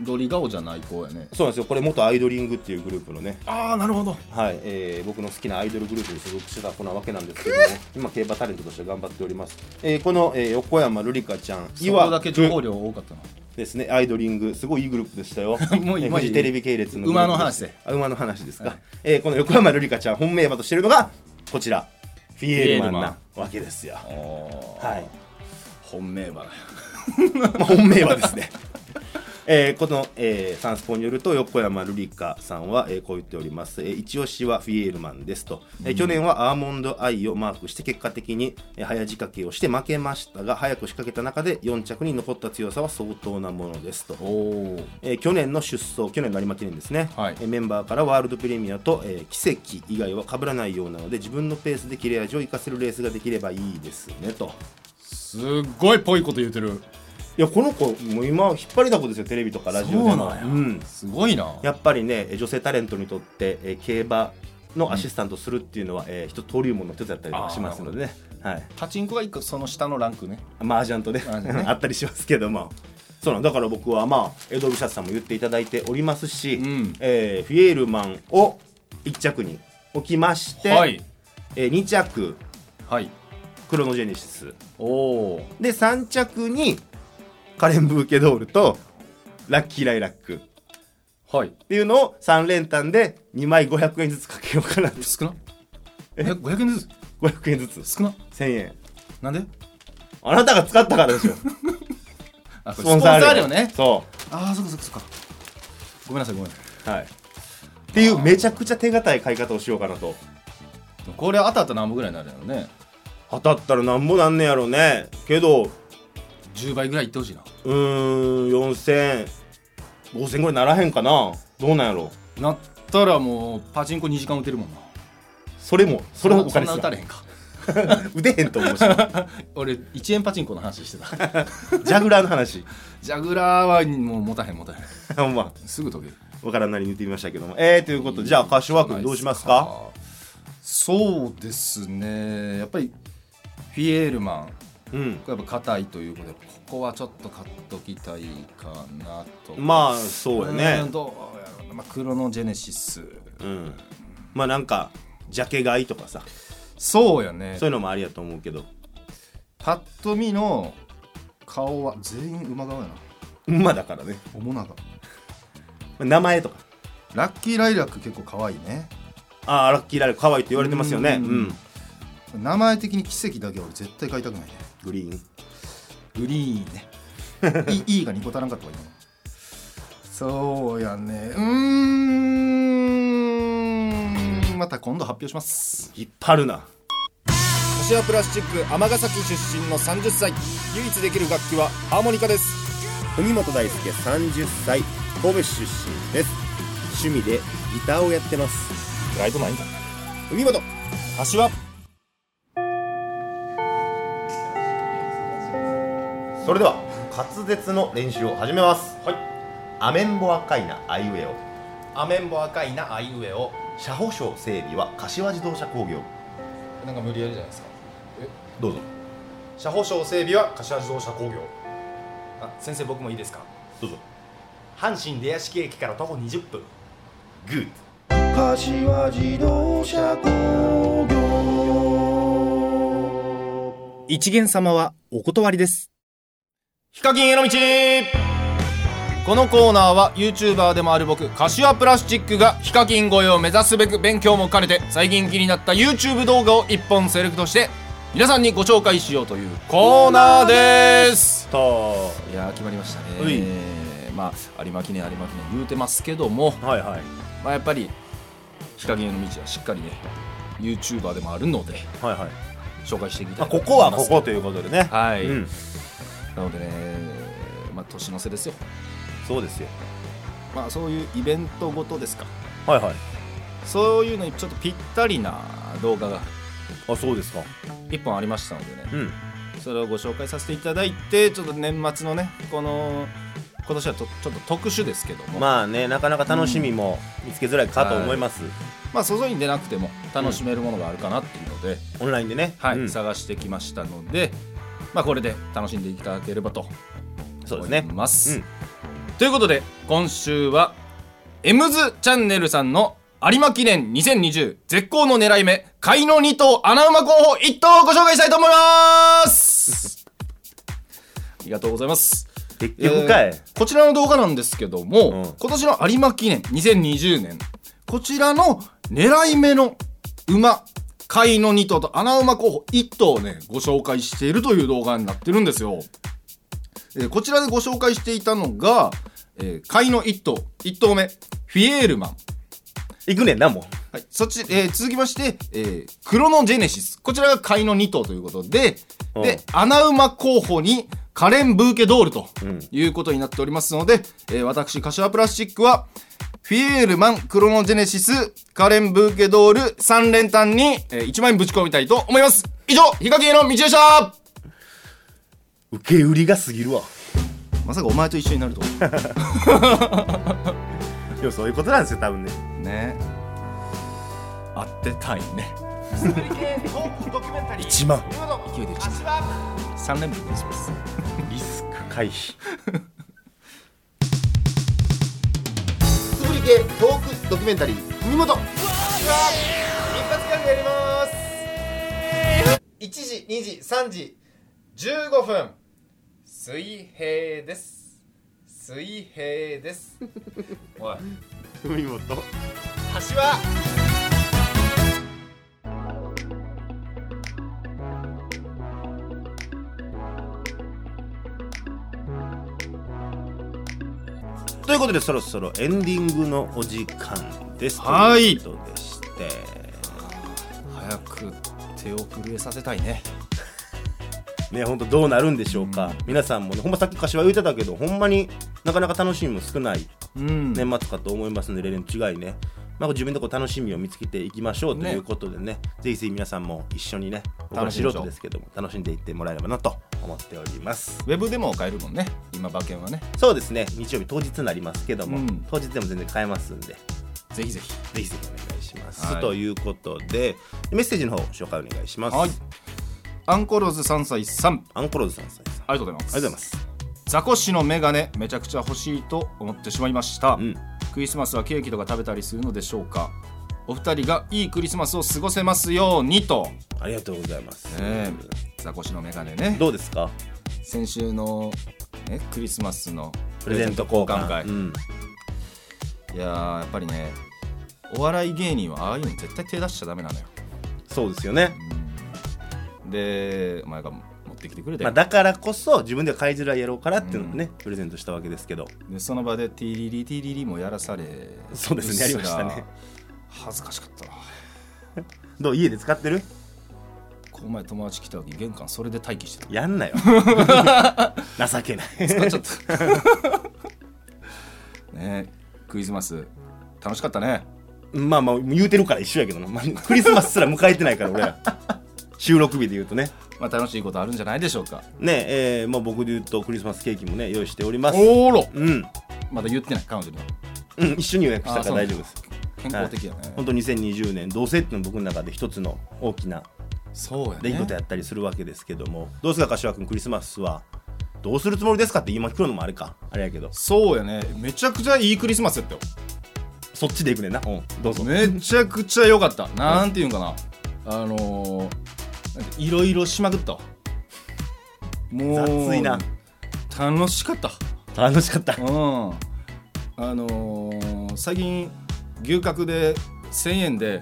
[SPEAKER 2] ドリ顔じゃない子やね
[SPEAKER 1] そうなんですよこれ元アイドリングっていうグループのね、
[SPEAKER 2] ああなるほど
[SPEAKER 1] はいえー僕の好きなアイドルグループに所属してた子なわけなんですけども今競馬タレントとして頑張っております、えーこの、えー横山瑠璃香ちゃん
[SPEAKER 2] そこだ
[SPEAKER 1] く
[SPEAKER 2] け情報量多かったな
[SPEAKER 1] ですねアイドリングすごいいいグループでしたよ
[SPEAKER 2] もうい
[SPEAKER 1] え
[SPEAKER 2] い
[SPEAKER 1] ー
[SPEAKER 2] もういい
[SPEAKER 1] フジテレビ系列のグループ
[SPEAKER 2] 馬の話で
[SPEAKER 1] あ馬の話ですか、
[SPEAKER 2] はい
[SPEAKER 1] えーこの横山瑠璃香ちゃん本命馬としてるのがこちらフィエールマンなわけですよ
[SPEAKER 2] は
[SPEAKER 1] はい
[SPEAKER 2] 本命馬だよ
[SPEAKER 1] まあ、本命はですね。えーこの、えーサンスポによると横山瑠璃香さんは、えーこう言っております、えー一押しはフィエールマンですと、えー去年はアーモンドアイをマークして結果的に、えー早仕掛けをして負けましたが早く仕掛けた中で4着に残った強さは相当なものですと、
[SPEAKER 2] おお
[SPEAKER 1] えー去年の出走去年の有馬記念ですね、
[SPEAKER 2] はい
[SPEAKER 1] えーメンバーからワールドプレミアと、えー奇跡以外は被らないようなので自分のペースで切れ味を生かせるレースができればいいですねと
[SPEAKER 2] すっごいぽいこと言うてる
[SPEAKER 1] いやこの子もう今引っ張りだこですよテレビとかラジオでも
[SPEAKER 2] そうなんや
[SPEAKER 1] うん
[SPEAKER 2] すごいな
[SPEAKER 1] やっぱりねえ女性タレントにとって、えー競馬のアシスタントするっていうのは、えー一つ登竜門の一つだったりとかしますのでねはい
[SPEAKER 2] パチンコが一個その下のランクね
[SPEAKER 1] 麻雀とね
[SPEAKER 2] 麻雀 ね
[SPEAKER 1] あったりしますけどもそうなんだから僕はまあエドルシャスさんも言っていただいておりますし、
[SPEAKER 2] うん
[SPEAKER 1] えーフィエールマンを1着に置きまして、
[SPEAKER 2] はい
[SPEAKER 1] え2着
[SPEAKER 2] はい
[SPEAKER 1] クロノジェネシス
[SPEAKER 2] おお
[SPEAKER 1] で3着にカレンブーケドールとラッキーライラック
[SPEAKER 2] はい
[SPEAKER 1] っていうのを3連単で2枚500円ずつかけようかなと
[SPEAKER 2] 少なえ500円ず
[SPEAKER 1] 500円ずつ
[SPEAKER 2] つ少な
[SPEAKER 1] 1000円
[SPEAKER 2] なんで
[SPEAKER 1] あなたが使ったからでしょ
[SPEAKER 2] あ これスポンサーあるよね
[SPEAKER 1] そ
[SPEAKER 2] ああそっかそっかそっかごめんなさいごめんなさ
[SPEAKER 1] うはいっていうめちゃくちゃ手堅い買い方をしようかなと
[SPEAKER 2] いこれ当たったら何本ぐらいになるやろね
[SPEAKER 1] 当たったらなんぼなんねやろねけど
[SPEAKER 2] 10倍ぐらいいってほしいな
[SPEAKER 1] うーん4000 5000ぐらいならへんかなどうなんやろ
[SPEAKER 2] なったらもうパチンコ2時間打てるもんな
[SPEAKER 1] それもそれもお
[SPEAKER 2] そん
[SPEAKER 1] 金
[SPEAKER 2] な
[SPEAKER 1] す
[SPEAKER 2] 打た
[SPEAKER 1] ら
[SPEAKER 2] れへんか
[SPEAKER 1] 腕へんと思うし ジ
[SPEAKER 2] 俺1円パチンコの話し てた
[SPEAKER 1] ャグラーの話
[SPEAKER 2] ジャグラーはもう持たへん持たへん
[SPEAKER 1] ほんます
[SPEAKER 2] ぐ解ける
[SPEAKER 1] わからんなりに言ってみましたけどもえー、ということでじゃあ柏君どうしますか
[SPEAKER 2] そうですねやっぱりフィエールマン
[SPEAKER 1] うん
[SPEAKER 2] やっぱ硬いということでここはちょっと買っときたいかなと
[SPEAKER 1] まあそうやね
[SPEAKER 2] ーんどうやろうな、まあ、クロノジェネシス
[SPEAKER 1] うん、まあなんかジャケ買いとかさ
[SPEAKER 2] そうやね
[SPEAKER 1] そういうのもありやと思うけど
[SPEAKER 2] パッと見の顔は全員馬顔やな
[SPEAKER 1] 馬だからね
[SPEAKER 2] 面長
[SPEAKER 1] 名前とか
[SPEAKER 2] ラッキーライラック結構可愛いね
[SPEAKER 1] ああラッキーライル可愛いって言われてますよね
[SPEAKER 2] う
[SPEAKER 1] うんん
[SPEAKER 2] 名前的に奇跡だけは俺絶対買いたくないね
[SPEAKER 1] グリーン
[SPEAKER 2] グリーンね いいいいが2個足らんかったわ今のそうやねうーんまた今度発表します
[SPEAKER 1] 引っ張るな
[SPEAKER 5] 柏プラスチック尼崎出身の30歳唯一できる楽器はハーモニカです
[SPEAKER 6] 文本大輔30歳神戸市出身です趣味でギターをやってます
[SPEAKER 2] プライドないんだ
[SPEAKER 6] 文本
[SPEAKER 2] 柏
[SPEAKER 1] それでは滑舌の練習を始めますはいアメンボ赤いなアイウェオ
[SPEAKER 2] アメンボ赤いなあいうえを
[SPEAKER 1] 車保証整備は柏自動車工業
[SPEAKER 2] なんか無理やりじゃないですか
[SPEAKER 1] どうぞ
[SPEAKER 2] 車保証整備は柏自動車工業あ先生僕もいいですか
[SPEAKER 1] どうぞ
[SPEAKER 2] 阪神出屋敷駅から徒歩20分
[SPEAKER 1] グッ
[SPEAKER 5] 一元様はお断りです
[SPEAKER 2] ヒカキンへの道このコーナーは YouTuber でもある僕柏プラスチックがヒカキン越えを目指すべく勉強も兼ねて最近気になった YouTube 動画を1本セレクトして皆さんにご紹介しようというコーナーです
[SPEAKER 1] ド
[SPEAKER 2] いやー決まりましたね
[SPEAKER 1] うい
[SPEAKER 2] まあ有馬記念有馬記念言うてますけども
[SPEAKER 1] はいはい
[SPEAKER 2] まあやっぱりヒカキンへの道はしっかりね YouTuber でもあるので
[SPEAKER 1] はいはい、
[SPEAKER 2] 紹介していきた
[SPEAKER 1] まあ、
[SPEAKER 2] いと
[SPEAKER 1] こ
[SPEAKER 2] 思います
[SPEAKER 1] こはここということでね
[SPEAKER 2] はい、
[SPEAKER 1] うん
[SPEAKER 2] なのでねまあ年の瀬ですよ
[SPEAKER 1] そうですよ
[SPEAKER 2] まあそういうイベントごとですか
[SPEAKER 1] はいはい
[SPEAKER 2] そういうのにちょっとぴったりな動画が
[SPEAKER 1] あそうですか
[SPEAKER 2] 1本ありましたのでね
[SPEAKER 1] うん
[SPEAKER 2] それをご紹介させていただいてちょっと年末のねこの今年はとちょっと特殊ですけどもまあ、
[SPEAKER 1] まあねなかなか楽しみも見つけづらいかと思います、
[SPEAKER 2] 外に出なくても楽しめるものがあるかなっていうので、
[SPEAKER 1] オンラインでね
[SPEAKER 2] はい
[SPEAKER 1] うんそ
[SPEAKER 2] 探してきましたのでまあこれで楽しんでいただければと
[SPEAKER 1] うで
[SPEAKER 2] 思
[SPEAKER 1] す
[SPEAKER 2] い
[SPEAKER 1] ね
[SPEAKER 2] ま
[SPEAKER 1] う
[SPEAKER 2] す。
[SPEAKER 1] ん
[SPEAKER 2] ということで今週は M ズチャンネルさんの有馬記念2020絶好の狙い目貝の2頭穴馬候補1頭をご紹介したいと思います ありがとうございます。
[SPEAKER 1] 結局かい、
[SPEAKER 2] えーこちらの動画なんですけども、
[SPEAKER 1] うん
[SPEAKER 2] 今年の有馬記念2020年こちらの狙い目の馬貝の2頭と穴馬候補1頭をねご紹介しているという動画になってるんですよ、えーこちらでご紹介していたのが、えー、貝の1頭1頭目フィエールマン
[SPEAKER 1] 行くねんなもう
[SPEAKER 2] はい、そっち、えー続きまして、えークロノジェネシス。こちらが貝の2頭ということで、
[SPEAKER 1] うん
[SPEAKER 2] で、穴馬候補にカレン・ブーケドールということになっておりますので、えー私、柏プラスチックは、フィエールマン、クロノジェネシス、カレン・ブーケドール3連単に、え1万円ぶち込みたいと思います。以上、ヒカキンへの道でした
[SPEAKER 1] 受け売りが過ぎるわ
[SPEAKER 2] まさかお前と一緒になるとは。
[SPEAKER 1] いやそういうことなんですよ多分ね
[SPEAKER 2] ね。会ってたいね。
[SPEAKER 1] 1万
[SPEAKER 2] 勢いで3連単お願いします。
[SPEAKER 1] リスク回避
[SPEAKER 5] つぶり系トークドキュメンタリー文本
[SPEAKER 2] 1時2時3時15分水平です水平ですおい
[SPEAKER 6] 文本
[SPEAKER 2] 橋は
[SPEAKER 1] ということでそろそろエンディングのお時間です
[SPEAKER 2] はい
[SPEAKER 1] ということでして
[SPEAKER 2] 早く手を震えさせたいね
[SPEAKER 1] ね本当どうなるんでしょうか、皆さんもねほんまさっき柏言ってたけどほんまになかなか楽しみも少ない
[SPEAKER 2] うん
[SPEAKER 1] 年末かと思いますので例年と違いね、まあ、自分でこう楽しみを見つけていきましょうと
[SPEAKER 2] ね
[SPEAKER 1] いうことでねぜひぜひ皆さんも一緒にね僕
[SPEAKER 2] 楽
[SPEAKER 1] は
[SPEAKER 2] しみま
[SPEAKER 1] 素
[SPEAKER 2] しょう
[SPEAKER 1] 人ですけども楽しんでいってもらえればなと思っております
[SPEAKER 2] ウェブでも買えるもんね今馬券はね
[SPEAKER 1] そうですね日曜日当日になりますけども、
[SPEAKER 2] うん
[SPEAKER 1] 当日でも全然買えますんで
[SPEAKER 2] ぜひぜひ
[SPEAKER 1] ぜひぜひお願いします、
[SPEAKER 2] はい
[SPEAKER 1] ということでメッセージの方紹介お願いします、
[SPEAKER 2] はいアンコローズ3歳3あり
[SPEAKER 1] アンコローズさんさんさんあ
[SPEAKER 2] がとうございま
[SPEAKER 1] り
[SPEAKER 2] す
[SPEAKER 1] がとうございます
[SPEAKER 2] ザコシのメガネめちゃくちゃ欲しいと思ってしまいました、
[SPEAKER 1] うん
[SPEAKER 2] クリスマスはケーキとか食べたりするのでしょうかお二人がいいクリスマスを過ごせますようにと、
[SPEAKER 1] ありがとうございます、
[SPEAKER 2] ねえ、ザコシのメガネね
[SPEAKER 1] どうですか
[SPEAKER 2] 先週の、ね、クリスマスの
[SPEAKER 1] プレゼント交換
[SPEAKER 2] 会、
[SPEAKER 1] うん、
[SPEAKER 2] いやーやっぱりねお笑い芸人はああいうの絶対手出しちゃダメなのよ
[SPEAKER 1] そうですよね
[SPEAKER 2] でお前がもう
[SPEAKER 4] ってきてくれた
[SPEAKER 1] まあ、
[SPEAKER 4] よ、
[SPEAKER 1] だからこそ自分では貝らいやろうからっていうのをね、プレゼントしたわけですけど
[SPEAKER 2] でその場で「ティリリティリリ」もやらされ
[SPEAKER 1] そうですね
[SPEAKER 2] っ
[SPEAKER 1] やりましたね
[SPEAKER 2] 恥ずかしかったな
[SPEAKER 1] どう家で使ってる
[SPEAKER 2] この前友達来た時玄関それで待機してた
[SPEAKER 1] やんな よ情けない
[SPEAKER 2] 使っちゃったねえクリスマス楽しかったね
[SPEAKER 1] まあまあ言うてるから一緒やけどな、まあ、クリスマスすら迎えてないから俺ら収録日で言うとね
[SPEAKER 2] まあ楽しいことあるんじゃないでしょうか
[SPEAKER 1] ねえーまあ、僕で言うとクリスマスケーキもね用意しております
[SPEAKER 2] おーろ
[SPEAKER 1] うん、
[SPEAKER 2] まだ言ってない彼女には
[SPEAKER 1] うん、一緒に予約したから大丈夫です
[SPEAKER 2] 健康的やね、
[SPEAKER 1] 本当2020年同性っていうのは僕の中で一つの大きな
[SPEAKER 2] そうや
[SPEAKER 1] 出来事やったりするわけですけども、どうすか柏君クリスマスはどうするつもりですかって今聞くのもあれかあれやけど
[SPEAKER 2] そうやねめちゃくちゃいいクリスマスやったよ
[SPEAKER 1] そっちで行くねんな、うん、どうぞ
[SPEAKER 2] めちゃくちゃ良かったなんていうんかなあのーなんかいろいろしまくったわもう
[SPEAKER 1] 雑いな
[SPEAKER 2] 楽しかった
[SPEAKER 1] 楽しかった
[SPEAKER 2] うんあのー最近牛角で1000円で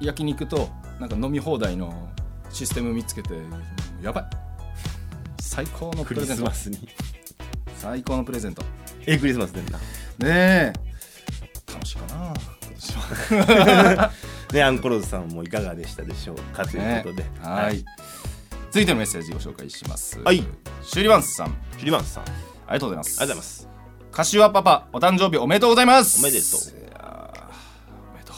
[SPEAKER 2] 焼肉となんか飲み放題のシステム見つけてやばい最高の
[SPEAKER 1] ク
[SPEAKER 2] プレ
[SPEAKER 1] リ
[SPEAKER 2] ゼン
[SPEAKER 1] ス
[SPEAKER 2] ト
[SPEAKER 1] マスに
[SPEAKER 2] 最高のプレゼント
[SPEAKER 1] えクリスマスでんな
[SPEAKER 2] ねえ楽しいかな今年は
[SPEAKER 1] ねアンコロズさんもいかがでしたでしょうかということで、
[SPEAKER 2] ねはい。続いてのメッセージご紹介します。
[SPEAKER 1] はい。
[SPEAKER 2] シュリバンスさん、あり
[SPEAKER 1] シュリマンスさんあり
[SPEAKER 2] がとうございます。
[SPEAKER 1] がとうございます
[SPEAKER 2] 柏パパ、お誕生日おめでとうございます。
[SPEAKER 1] おめでと
[SPEAKER 2] う。おめでとう。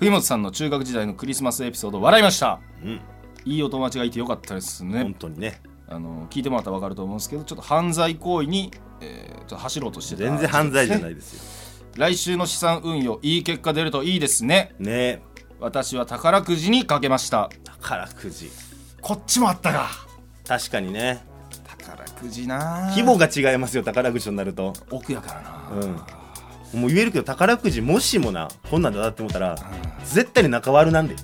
[SPEAKER 2] 冬本さんの中学時代のクリスマスエピソード笑いました。
[SPEAKER 1] うん
[SPEAKER 2] いいお友達がいてよかったです
[SPEAKER 1] 本
[SPEAKER 2] ね。
[SPEAKER 1] 当にね
[SPEAKER 2] あの聞いてもらったらわかると思うんですけど、ちょっと犯罪行為に、えーちょっと走ろうとしてた。。
[SPEAKER 1] 全然犯罪じゃないいです
[SPEAKER 2] 来週の資産運用いい結果出るといいですね。
[SPEAKER 1] よね
[SPEAKER 2] 私は宝くじにかけました。
[SPEAKER 1] 宝くじ
[SPEAKER 2] こっちもあったか。
[SPEAKER 1] 確かにね
[SPEAKER 2] 宝くじな
[SPEAKER 1] 規模が違いますよ宝くじとなると
[SPEAKER 2] 奥やからな、
[SPEAKER 1] うんもう言えるけど宝くじもしもなこんなんだなって思ったら絶対に仲悪なんで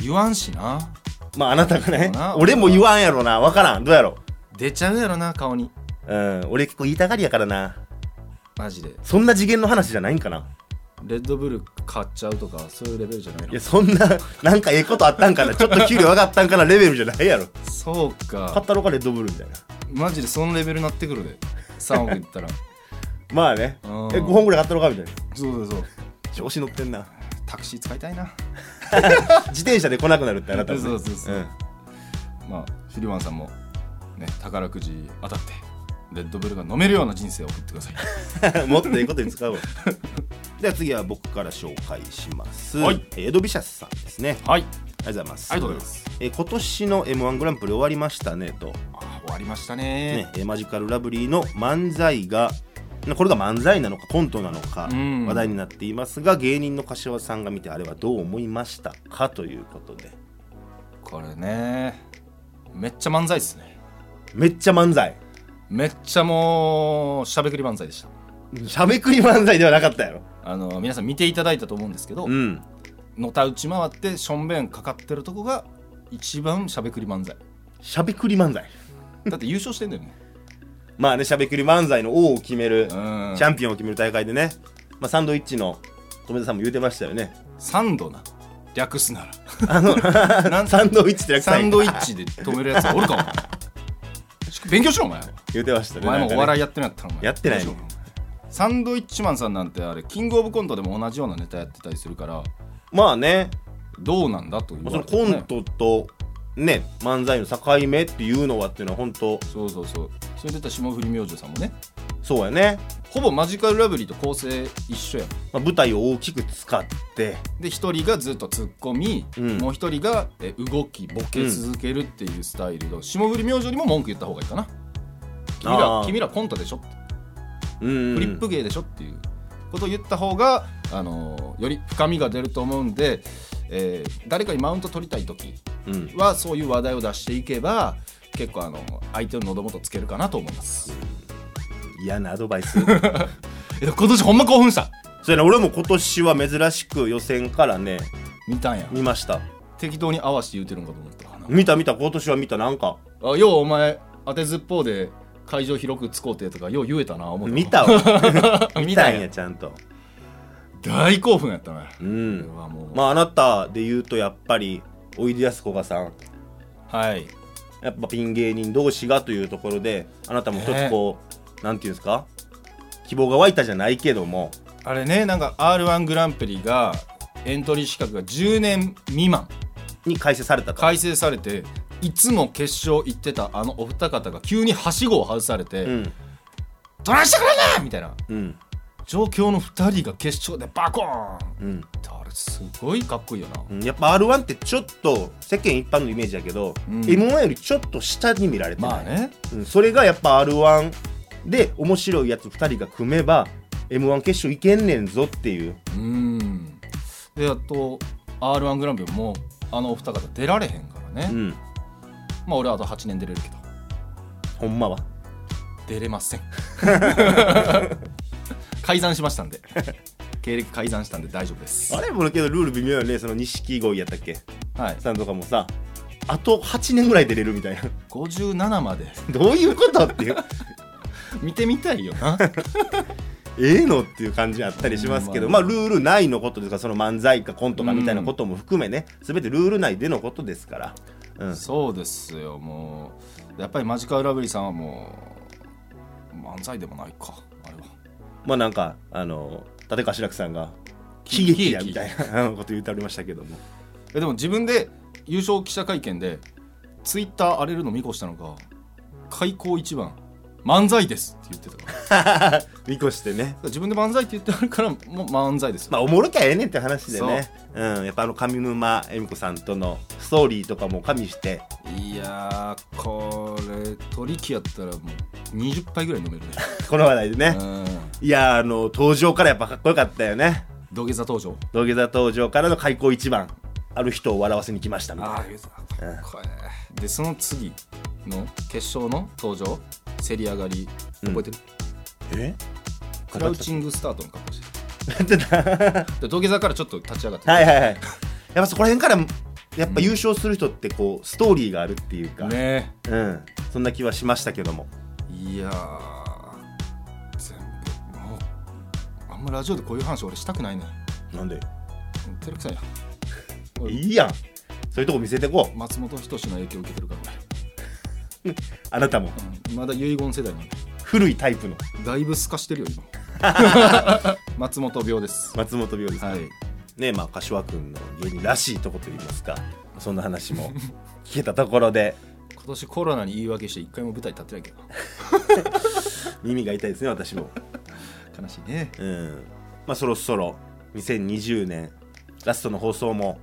[SPEAKER 2] 言わんしな
[SPEAKER 1] まああなたが
[SPEAKER 2] そう
[SPEAKER 1] ね
[SPEAKER 2] やな
[SPEAKER 1] 俺も言わんやろな分からんどうやろ
[SPEAKER 2] 出ちゃうやろな顔に
[SPEAKER 1] うん俺結構言いたがりやからな
[SPEAKER 2] マジで
[SPEAKER 1] そんな次元の話じゃないんかな
[SPEAKER 2] レッドブル買っちゃうとかそういうレベルじゃな
[SPEAKER 1] い
[SPEAKER 2] い
[SPEAKER 1] や
[SPEAKER 2] の
[SPEAKER 1] そんななんかええことあったんかなちょっと給料上がったんかなレベルじゃないやろ
[SPEAKER 2] そう
[SPEAKER 1] 買
[SPEAKER 2] か
[SPEAKER 1] ったろかレッドブルみたいな
[SPEAKER 2] マジでそのレベルになってくるで3億いったら
[SPEAKER 1] まあねえ
[SPEAKER 2] うん
[SPEAKER 1] 5本ぐらい買ったろかみたいな
[SPEAKER 2] そうそうそう
[SPEAKER 1] 調子乗ってんな
[SPEAKER 2] タクシー使いたいな
[SPEAKER 1] 自転車で来なくなるってあなたはね
[SPEAKER 2] そうそうそう
[SPEAKER 1] うん
[SPEAKER 2] まあフィリマンさんもね宝くじ当たってレッドブルが飲めるような人生を送ってくださ い
[SPEAKER 1] もっといいことに使うわでは次は僕から紹介します、
[SPEAKER 2] はい
[SPEAKER 1] えーエドビシャスさんですね
[SPEAKER 2] は
[SPEAKER 1] あ
[SPEAKER 2] い
[SPEAKER 1] りがとうございます
[SPEAKER 2] ありがとうございます、
[SPEAKER 1] えー今年の m 1グランプリ終わりましたねと、
[SPEAKER 2] あ終わりましたね
[SPEAKER 1] ねえーマジカルラブリーの漫才がなこれが漫才なのかコントなのか
[SPEAKER 2] うん
[SPEAKER 1] 話題になっていますが芸人の柏さんが見てあれはどう思いましたかということで
[SPEAKER 2] これねめっちゃ漫才っすね
[SPEAKER 1] めっちゃ漫才
[SPEAKER 2] めっちゃもうしゃべくり漫才でした
[SPEAKER 1] しゃべくり漫才ではなかったやろ
[SPEAKER 2] あの皆さん見ていただいたと思うんですけど、
[SPEAKER 1] うん
[SPEAKER 2] のたうち回ってしょんべんかかってるとこが一番しゃべくり漫才
[SPEAKER 1] しゃべくり漫才
[SPEAKER 2] だって優勝してんだよね
[SPEAKER 1] まあねしゃべくり漫才の王を決める、
[SPEAKER 2] うん
[SPEAKER 1] チャンピオンを決める大会でね、まあ、サンドイッチの富田さんも言うてましたよね。
[SPEAKER 2] サンドな略すな
[SPEAKER 1] あの
[SPEAKER 2] ら なん
[SPEAKER 1] サンドイッチって略さ
[SPEAKER 2] サ
[SPEAKER 1] ない
[SPEAKER 2] ンドイッチで止めるやつおるかお 前勉強しろお前
[SPEAKER 1] 言うてました
[SPEAKER 2] お
[SPEAKER 1] ね。
[SPEAKER 2] 前もお
[SPEAKER 1] い。
[SPEAKER 2] 笑いやってなかったのお前
[SPEAKER 1] やってない
[SPEAKER 2] 勉強しろサンドイッチマンさんなんてあれキングオブコントでも同じようなネタやってたりするから
[SPEAKER 1] まあね、
[SPEAKER 2] どうなんだという、
[SPEAKER 1] まあそのコントとね、漫才の境目っていうのはっていうのは本当、
[SPEAKER 2] そうそうそうそれで言ったら霜降り明星さんもね
[SPEAKER 1] そうやね。
[SPEAKER 2] ほぼマジカルラブリーと構成一緒やん
[SPEAKER 1] まあ、舞台を大きく使って、
[SPEAKER 2] で一人がずっと突っ込み、
[SPEAKER 1] うん
[SPEAKER 2] もう一人がえ動きボケ続けるっていうスタイルの、霜降り明星にも文句言った方がいいかな君
[SPEAKER 1] あ
[SPEAKER 2] ら
[SPEAKER 1] ー
[SPEAKER 2] 君らコントでしょ、
[SPEAKER 1] うん
[SPEAKER 2] フリップ芸でしょっていうことを言った方が、あのーより深みが出ると思うんで、えー誰かにマウント取りたい時
[SPEAKER 1] うん
[SPEAKER 2] はそういう話題を出していけば結構あの相手の喉元つけるかなと思います、
[SPEAKER 1] 嫌なアドバイス。
[SPEAKER 2] いや今年ほんま興奮した
[SPEAKER 1] それね、俺も今年は珍しく予選からね、
[SPEAKER 2] 見たんや
[SPEAKER 1] 見ました。
[SPEAKER 2] 適当に合わせて言うてるんかと思ったかな
[SPEAKER 1] 見た見た、今年は見た、なんか、
[SPEAKER 2] あようお前当てずっぽうで会場広く使うてとかよう言えたな思った
[SPEAKER 1] 見 たわ。見
[SPEAKER 2] 見
[SPEAKER 1] た
[SPEAKER 2] た
[SPEAKER 1] ん
[SPEAKER 2] ん
[SPEAKER 1] や、
[SPEAKER 2] や
[SPEAKER 1] ちゃんと。
[SPEAKER 2] 大興奮やったな
[SPEAKER 1] う
[SPEAKER 2] これ
[SPEAKER 1] ん。
[SPEAKER 2] はもう、
[SPEAKER 1] まああなたで言うとやっぱりおいでやすこがさん
[SPEAKER 2] はい
[SPEAKER 1] やっぱピン芸人同士がというところであなたも一つこう、なんていうんですか希望が湧いたじゃないけども
[SPEAKER 2] あれねなんか r 1グランプリがエントリー資格が10年未満
[SPEAKER 1] に改正されたと、
[SPEAKER 2] 改正されていつも決勝行ってたあのお二方が急にはしごを外されて「
[SPEAKER 1] うん
[SPEAKER 2] どないしてくれんねん!」みたいな
[SPEAKER 1] うん
[SPEAKER 2] 状況の2人が決勝でバコーンっ
[SPEAKER 1] うん
[SPEAKER 2] てあれすごいかっこいいよな、
[SPEAKER 1] うんやっぱ r 1ってちょっと世間一般のイメージだけど、
[SPEAKER 2] うん
[SPEAKER 1] m 1よりちょっと下に見られてない
[SPEAKER 2] まあね
[SPEAKER 1] うんそれがやっぱ r 1で面白いやつ2人が組めば m 1決勝いけんねんぞっていう
[SPEAKER 2] うんであと r 1グランプリもあのお二方出られへんからね、
[SPEAKER 1] うん
[SPEAKER 2] まあ俺はあと8年出れるけど
[SPEAKER 1] ほんまは
[SPEAKER 2] 出れま せん改ざんしましたんで経歴改ざんしたんで大丈夫です
[SPEAKER 1] あれもけどルール微妙よねその錦鯉やったっけ
[SPEAKER 2] はい
[SPEAKER 1] さんとかもさあと8年ぐらい出れるみたいな
[SPEAKER 2] 57まで
[SPEAKER 1] どういうことっていう
[SPEAKER 2] 見てみたいよ な
[SPEAKER 1] ええのっていう感じあったりしますけど、
[SPEAKER 2] うん
[SPEAKER 1] ま
[SPEAKER 2] まあ
[SPEAKER 1] あ、ルール内のことですからその漫才かコントかみたいなことも含めね、全てルール内でのことですから、うん、
[SPEAKER 2] そうですよもうやっぱりマジカルラブリーさんはもう漫才でもないかあれは
[SPEAKER 1] まあなんかあの立川志らくさんが
[SPEAKER 2] 喜
[SPEAKER 1] 悲
[SPEAKER 2] 劇
[SPEAKER 1] 劇やみたいなこと言っておりましたけども
[SPEAKER 2] えでも自分で優勝記者会見でツイッター荒れるの見越したのか開口一番漫才ですって言ってたから
[SPEAKER 1] 見越してね
[SPEAKER 2] 自分で漫才って言ってあるからもう漫才ですよ、
[SPEAKER 1] まあおもろきゃええねんって話でねうん、やっぱあの上沼恵美子さんとのストーリーとかも加味して
[SPEAKER 2] いやーこれ取り木やったらもう20杯ぐらい飲めるね
[SPEAKER 1] この話題でね、
[SPEAKER 2] うん
[SPEAKER 1] いやーあの登場からやっぱかっこよかったよね
[SPEAKER 2] 土下座登場
[SPEAKER 1] 土下座登場からの開口一番ある人を笑わせに来ましたみたいな
[SPEAKER 2] ああこれでその次の決勝の登場競り上がり覚えてる、
[SPEAKER 1] え
[SPEAKER 2] クラウチングスタートの格好し て
[SPEAKER 1] ってたは
[SPEAKER 2] で土下座からちょっと立ち上がって、
[SPEAKER 1] いはいはいやっぱそこら辺からやっぱ優勝する人ってこうストーリーがあるっていうか、
[SPEAKER 2] ね
[SPEAKER 1] うん、そんな気はしましたけども
[SPEAKER 2] いやー全部もうあんまラジオでこういう話俺したくないね
[SPEAKER 1] なんで
[SPEAKER 2] 照れくさいや
[SPEAKER 1] いいやんそういうとこ見せてこう
[SPEAKER 2] 松本人志の影響受けてるから
[SPEAKER 1] あなたも
[SPEAKER 2] 俺、うんまだ遺言世代なんで
[SPEAKER 1] 古いタイプの
[SPEAKER 2] だいぶ透かしてるよ今 松本病です
[SPEAKER 1] 松本病ですか、
[SPEAKER 2] はい
[SPEAKER 1] ねまあ柏君の芸人らしいとこといいますかそんな話も 聞けたところで
[SPEAKER 2] 今年コロナに言い訳して一回も舞台立ってないけど
[SPEAKER 1] 耳が痛いですね私も
[SPEAKER 2] 悲しいね
[SPEAKER 1] うんまあそろそろ2020年ラストの放送も、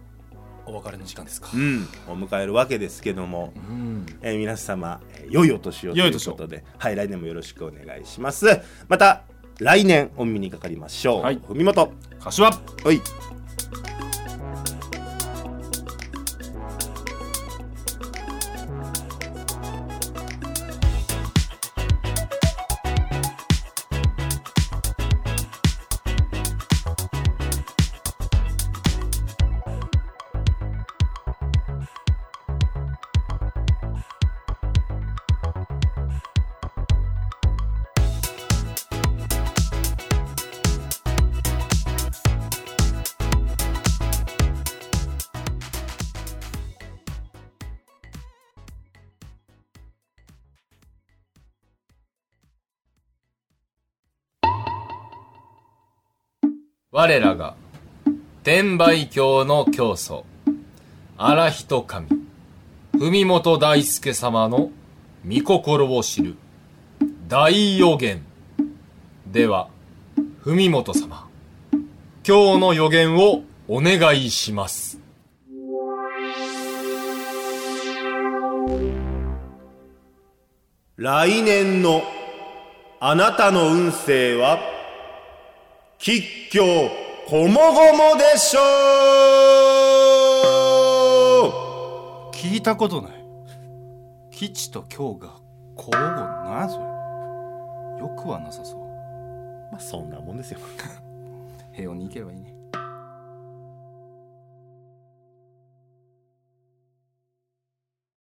[SPEAKER 2] お別れの時間ですか
[SPEAKER 1] うん、を迎えるわけですけども、
[SPEAKER 2] うん
[SPEAKER 1] えー皆様、えー良いお年をと
[SPEAKER 2] 良
[SPEAKER 1] い
[SPEAKER 2] いうお年
[SPEAKER 1] こ
[SPEAKER 2] を
[SPEAKER 1] とで、はい、来年もよろしくお願いします。また来年お耳にかかりましょう。
[SPEAKER 2] はい
[SPEAKER 1] 文元、
[SPEAKER 2] 柏
[SPEAKER 1] はい。
[SPEAKER 7] 我らが天売教の教祖荒人神文本大輔様の御心を知る大予言では文本様今日の予言をお願いします
[SPEAKER 1] 来年のあなたの運勢は吉凶こもごもでしょ
[SPEAKER 2] 聞いたことない吉と京が交互なそれよくはなさそう
[SPEAKER 1] うまあそんなもんですよ
[SPEAKER 2] 平穏に行ければいいね